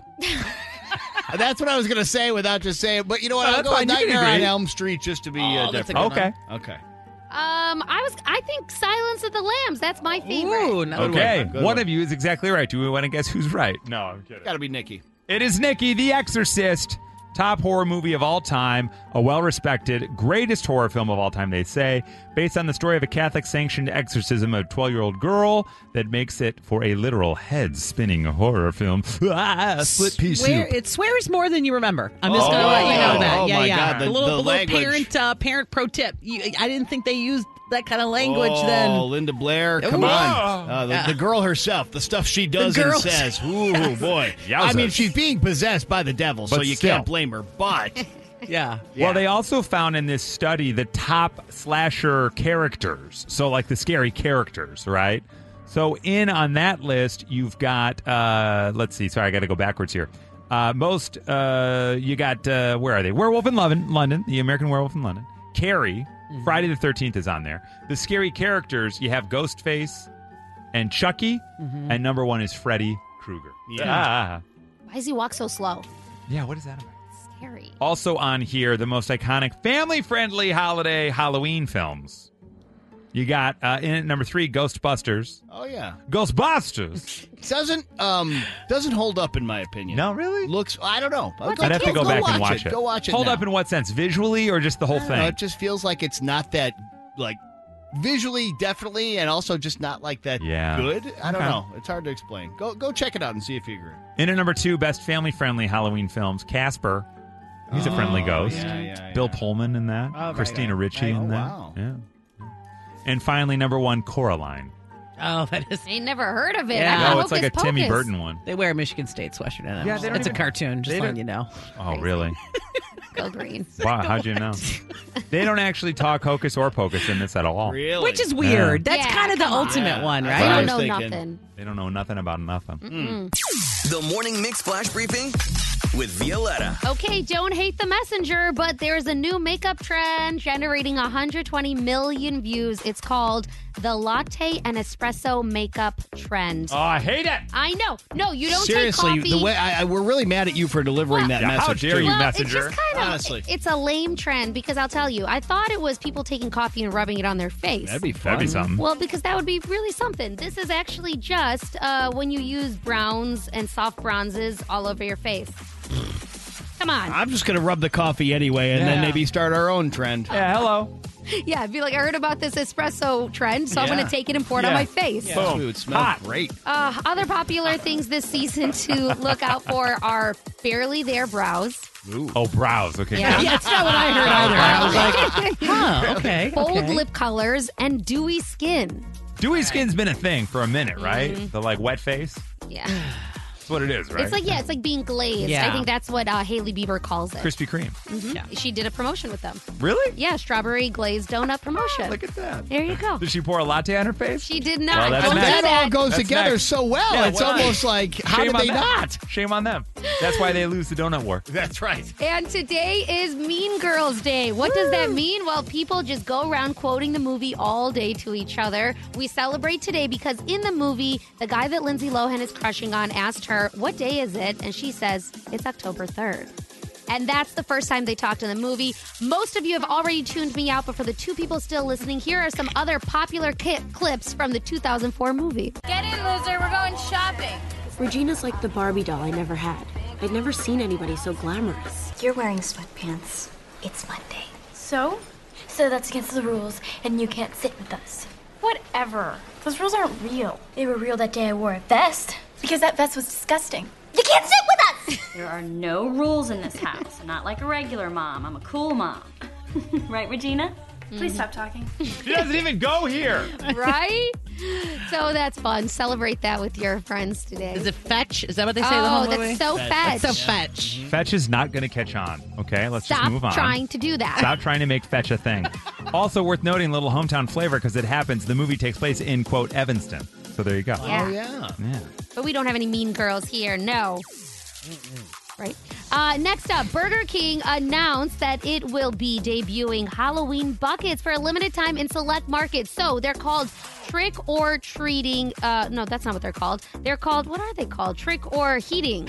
Speaker 3: Uh, that's what I was going to say without just saying. But you know what?
Speaker 4: Oh,
Speaker 3: I'll
Speaker 4: that's
Speaker 3: go with
Speaker 4: fine. You can
Speaker 3: Nightmare on
Speaker 4: agree.
Speaker 3: Elm Street just to be uh,
Speaker 4: Oh, that's a
Speaker 3: different.
Speaker 4: good
Speaker 3: Okay.
Speaker 4: um, I was I think Silence of the Lambs. That's my favorite.
Speaker 2: Ooh,
Speaker 1: Okay, one of you is exactly right. Do we want to guess who's right? No, I'm kidding.
Speaker 3: Got to be Nikki.
Speaker 1: It is Nikki, The Exorcist, top horror movie of all time, a well respected, greatest horror film of all time, they say, based on the story of a Catholic sanctioned exorcism of a 12 year old girl that makes it for a literal head spinning horror film. Ah, split pea
Speaker 2: Swear,
Speaker 1: soup.
Speaker 2: it swears more than you remember. I'm just going
Speaker 1: Oh,
Speaker 2: to let you
Speaker 1: wow.
Speaker 2: know that.
Speaker 1: Oh,
Speaker 2: yeah,
Speaker 1: my
Speaker 2: yeah.
Speaker 1: God, the-
Speaker 2: a little,
Speaker 1: the
Speaker 2: a little
Speaker 1: language.
Speaker 2: parent uh, parent pro tip. You, I didn't think they used that kind of language
Speaker 3: oh,
Speaker 2: then.
Speaker 3: Linda Blair, come
Speaker 2: Ooh.
Speaker 3: on. Uh, the,
Speaker 2: Yeah.
Speaker 3: the girl herself, the stuff she
Speaker 2: The
Speaker 3: does
Speaker 2: girl-
Speaker 3: and says. Ooh, boy. I
Speaker 1: Yowza.
Speaker 3: mean, she's being possessed by the devil, so
Speaker 1: But
Speaker 3: you
Speaker 1: still.
Speaker 3: can't blame her. But
Speaker 2: yeah.
Speaker 1: Well, they also found in this study the top slasher characters. So, like the scary characters, right? So, in on that list, you've got, uh, let's see, sorry, I got to go backwards here. Uh, most, uh, you got, uh, where are they? Werewolf in London, London, the American Werewolf in London. Carrie, Friday the 13th is on there. The scary characters, you have Ghostface and Chucky,
Speaker 4: Mhm.
Speaker 1: and number one is Freddy Krueger.
Speaker 4: Yeah.
Speaker 1: Ah.
Speaker 4: Why does he walk so slow?
Speaker 1: Yeah, what is that about?
Speaker 4: Scary.
Speaker 1: Also on here, the most iconic family friendly holiday Halloween films. You got uh, in at number three, Ghostbusters.
Speaker 3: Oh yeah.
Speaker 1: Ghostbusters.
Speaker 3: doesn't um doesn't hold up in my opinion. No,
Speaker 1: really.
Speaker 3: Looks I don't know. I'll
Speaker 1: I'd have to go, back and watch it.
Speaker 3: Go watch it.
Speaker 1: Hold
Speaker 3: now.
Speaker 1: up in what sense? Visually or just the whole
Speaker 3: I don't know,
Speaker 1: thing?
Speaker 3: it just feels like it's not that like visually definitely and also just not like that
Speaker 1: Yeah.
Speaker 3: good. I don't
Speaker 1: Okay.
Speaker 3: know. It's hard to explain. Go go check it out and see if you agree.
Speaker 1: In at number two, best family friendly Halloween films, Casper. He's a friendly
Speaker 3: Oh,
Speaker 1: ghost.
Speaker 3: yeah, yeah,
Speaker 1: Bill Pullman in that.
Speaker 3: Oh, right,
Speaker 1: Christina
Speaker 3: right,
Speaker 1: Ricci
Speaker 3: right.
Speaker 1: in
Speaker 3: Oh,
Speaker 1: that.
Speaker 3: wow.
Speaker 1: Yeah. And finally, number one, Coraline.
Speaker 2: Oh, that is.
Speaker 4: I ain't never heard of it.
Speaker 1: Yeah.
Speaker 4: I
Speaker 1: No,
Speaker 4: thought
Speaker 1: it's like
Speaker 4: Hocus
Speaker 1: a Timmy
Speaker 4: Pocus.
Speaker 1: Burton one.
Speaker 2: They wear Michigan State sweatshirt. I know.
Speaker 4: Yeah, they don't
Speaker 2: it's
Speaker 4: even-
Speaker 2: a cartoon. Just
Speaker 1: they
Speaker 2: letting
Speaker 1: don't-
Speaker 2: you know.
Speaker 1: Oh, really?
Speaker 4: Go green.
Speaker 1: Wow, how'd you know? they don't actually talk hocus or pocus in this at all.
Speaker 3: Really?
Speaker 2: Which is weird.
Speaker 4: Yeah.
Speaker 2: That's kind of the
Speaker 4: come on.
Speaker 2: ultimate one,
Speaker 1: that's
Speaker 2: right?
Speaker 1: what I
Speaker 4: I
Speaker 1: was
Speaker 4: don't know
Speaker 1: thinking. Mm.
Speaker 4: nothing.
Speaker 1: They don't know nothing about nothing.
Speaker 5: The Morning Mix Flash Briefing with Violetta.
Speaker 4: Okay, don't hate the messenger, but there's a new makeup trend generating 120 million views. It's called the latte and espresso makeup trend.
Speaker 1: Oh, I hate it.
Speaker 4: I know. No, you don't
Speaker 3: Seriously,
Speaker 4: take coffee.
Speaker 3: the way I, I we're really mad at you for delivering that
Speaker 1: Yeah,
Speaker 3: message.
Speaker 1: how dare
Speaker 3: too.
Speaker 1: you, Well,
Speaker 4: it's just kind of
Speaker 3: honestly.
Speaker 4: it's a lame trend because I'll tell you, I thought it was people taking coffee and rubbing it on their face.
Speaker 1: That'd be fun. That'd be something.
Speaker 4: Well, because that would be really something. This is actually just uh, when you use browns and soft bronzes all over your face. Come on.
Speaker 1: Ah.
Speaker 3: I'm just going to rub the coffee anyway and then
Speaker 4: Yeah.
Speaker 3: maybe start our own trend.
Speaker 1: Yeah, hello.
Speaker 4: Yeah, I'd be like, I heard about this espresso trend, so I'm
Speaker 3: Yeah.
Speaker 4: going to take it and pour it on
Speaker 3: Yeah.
Speaker 4: my face.
Speaker 3: Yeah. It would smell great.
Speaker 4: Uh, other popular things this season to look out for are barely there brows.
Speaker 1: Oh, brows. Okay.
Speaker 4: Yeah.
Speaker 1: good.
Speaker 4: Yeah,
Speaker 2: that's not what I heard either. I was like, huh, okay.
Speaker 4: Bold
Speaker 2: okay.
Speaker 4: lip colors and dewy skin.
Speaker 1: Dewy skin's been a thing for a minute, right? The like wet face.
Speaker 4: Yeah.
Speaker 1: That's what it is, right?
Speaker 4: Mm-hmm. It's like, yeah, it's like being glazed.
Speaker 1: Yeah.
Speaker 4: I think that's what uh, Haley Bieber calls it.
Speaker 1: Krispy Kreme.
Speaker 4: Mhm. She did a promotion with them.
Speaker 1: Really?
Speaker 4: Yeah, strawberry glazed donut promotion. look at that. There you go.
Speaker 1: Did she pour a latte on her face?
Speaker 4: She did
Speaker 1: Well,
Speaker 4: not.
Speaker 1: that's
Speaker 4: Don't do
Speaker 1: next.
Speaker 3: That all
Speaker 4: that.
Speaker 3: goes
Speaker 1: That's
Speaker 3: together
Speaker 1: next.
Speaker 3: so well.
Speaker 1: Yeah,
Speaker 3: it's
Speaker 1: why?
Speaker 3: almost like, how
Speaker 1: Shame
Speaker 3: did
Speaker 1: on
Speaker 3: they
Speaker 1: them.
Speaker 3: not?
Speaker 1: Shame on them. That's why they lose the donut war.
Speaker 3: That's right.
Speaker 4: And today is Mean Girls Day. What does that mean? Well, people just go around quoting the movie all day to each other. We celebrate today because in the movie, the guy that Lindsay Lohan is crushing on asked her, What day is it? And she says, It's October 3rd. And that's the first time they talked in the movie. Most of you have already tuned me out, but for the two people still listening, here are some other popular ki- clips from the 2004 movie.
Speaker 13: Get in, loser. We're going shopping.
Speaker 18: Regina's like the Barbie doll I never had. I'd never seen anybody so glamorous. You're wearing sweatpants.
Speaker 13: It's Monday. So? So that's against the rules, and you can't sit with us. Whatever. Those rules aren't real. They were real that day I wore a vest. Because that vest was disgusting. You can't sit with us!
Speaker 19: There are no rules in this house. I'm not like a regular mom. I'm a cool mom. right, Regina?
Speaker 4: Please stop
Speaker 19: talking.
Speaker 1: She doesn't even go here.
Speaker 4: right? So that's fun. Celebrate that with your friends today. Is it fetch? Is that what
Speaker 2: they say the whole
Speaker 4: Oh,
Speaker 2: movie?
Speaker 4: that's so
Speaker 1: Fetch.
Speaker 4: fetch.
Speaker 1: That's so
Speaker 4: fetch.
Speaker 1: Fetch is not going to catch on. Okay, let's
Speaker 4: Stop
Speaker 1: just move on.
Speaker 4: trying to do that.
Speaker 1: Stop trying to make fetch a thing. also worth noting, little hometown flavor because it happens. The movie takes place in quote Evanston. So there you go.
Speaker 4: Yeah. Oh, yeah.
Speaker 1: Yeah.
Speaker 4: But we don't have any mean girls here. No. Right. Uh, next up, Burger King announced that it will be debuting Halloween buckets for a limited time in select markets. So they're called trick or treating. Uh, no, that's not what they're called. They're called, what are they called? Trick or heating.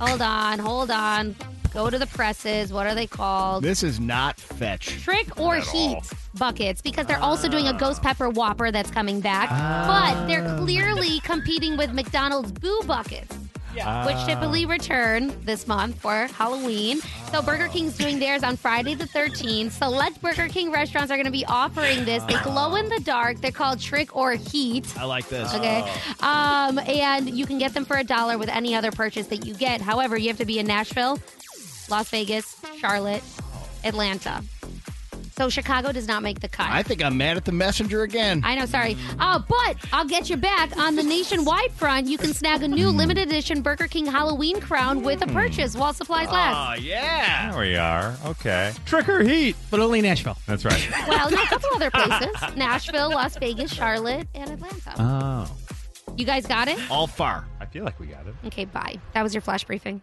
Speaker 4: hold on, hold on. Go to the presses. What are they called?
Speaker 3: This is not fetch.
Speaker 4: Trick or
Speaker 3: At
Speaker 4: heat
Speaker 3: all.
Speaker 4: buckets because they're also doing a ghost pepper whopper that's coming back,
Speaker 3: Ah.
Speaker 4: but they're clearly competing with McDonald's boo buckets.
Speaker 19: Yeah.
Speaker 4: Which
Speaker 19: Ah.
Speaker 4: typically return this month for Halloween. So Burger King's doing theirs on Friday the 13th. Select Burger King restaurants are going to be offering this. They glow in the dark. They're called trick or heat.
Speaker 3: I like this. Oh.
Speaker 4: Okay. Um, and you can get them for a dollar with any other purchase that you get. However, you have to be in Nashville, Las Vegas, Charlotte, Atlanta. So Chicago does not make the cut.
Speaker 3: I think I'm mad at the messenger again.
Speaker 4: I know, sorry. Uh, but I'll get you back on the nationwide front. You can snag a new limited edition Burger King Halloween crown with a purchase while supplies last.
Speaker 3: Ah, yeah.
Speaker 1: There we are. Okay. Trick or heat,
Speaker 2: but only Nashville.
Speaker 1: That's right.
Speaker 4: Well, no, a couple other places Nashville, Las Vegas, Charlotte, and Atlanta.
Speaker 1: oh.
Speaker 4: You guys got it?
Speaker 3: All far.
Speaker 1: I feel like we got it.
Speaker 4: Okay, bye. That was your flash briefing.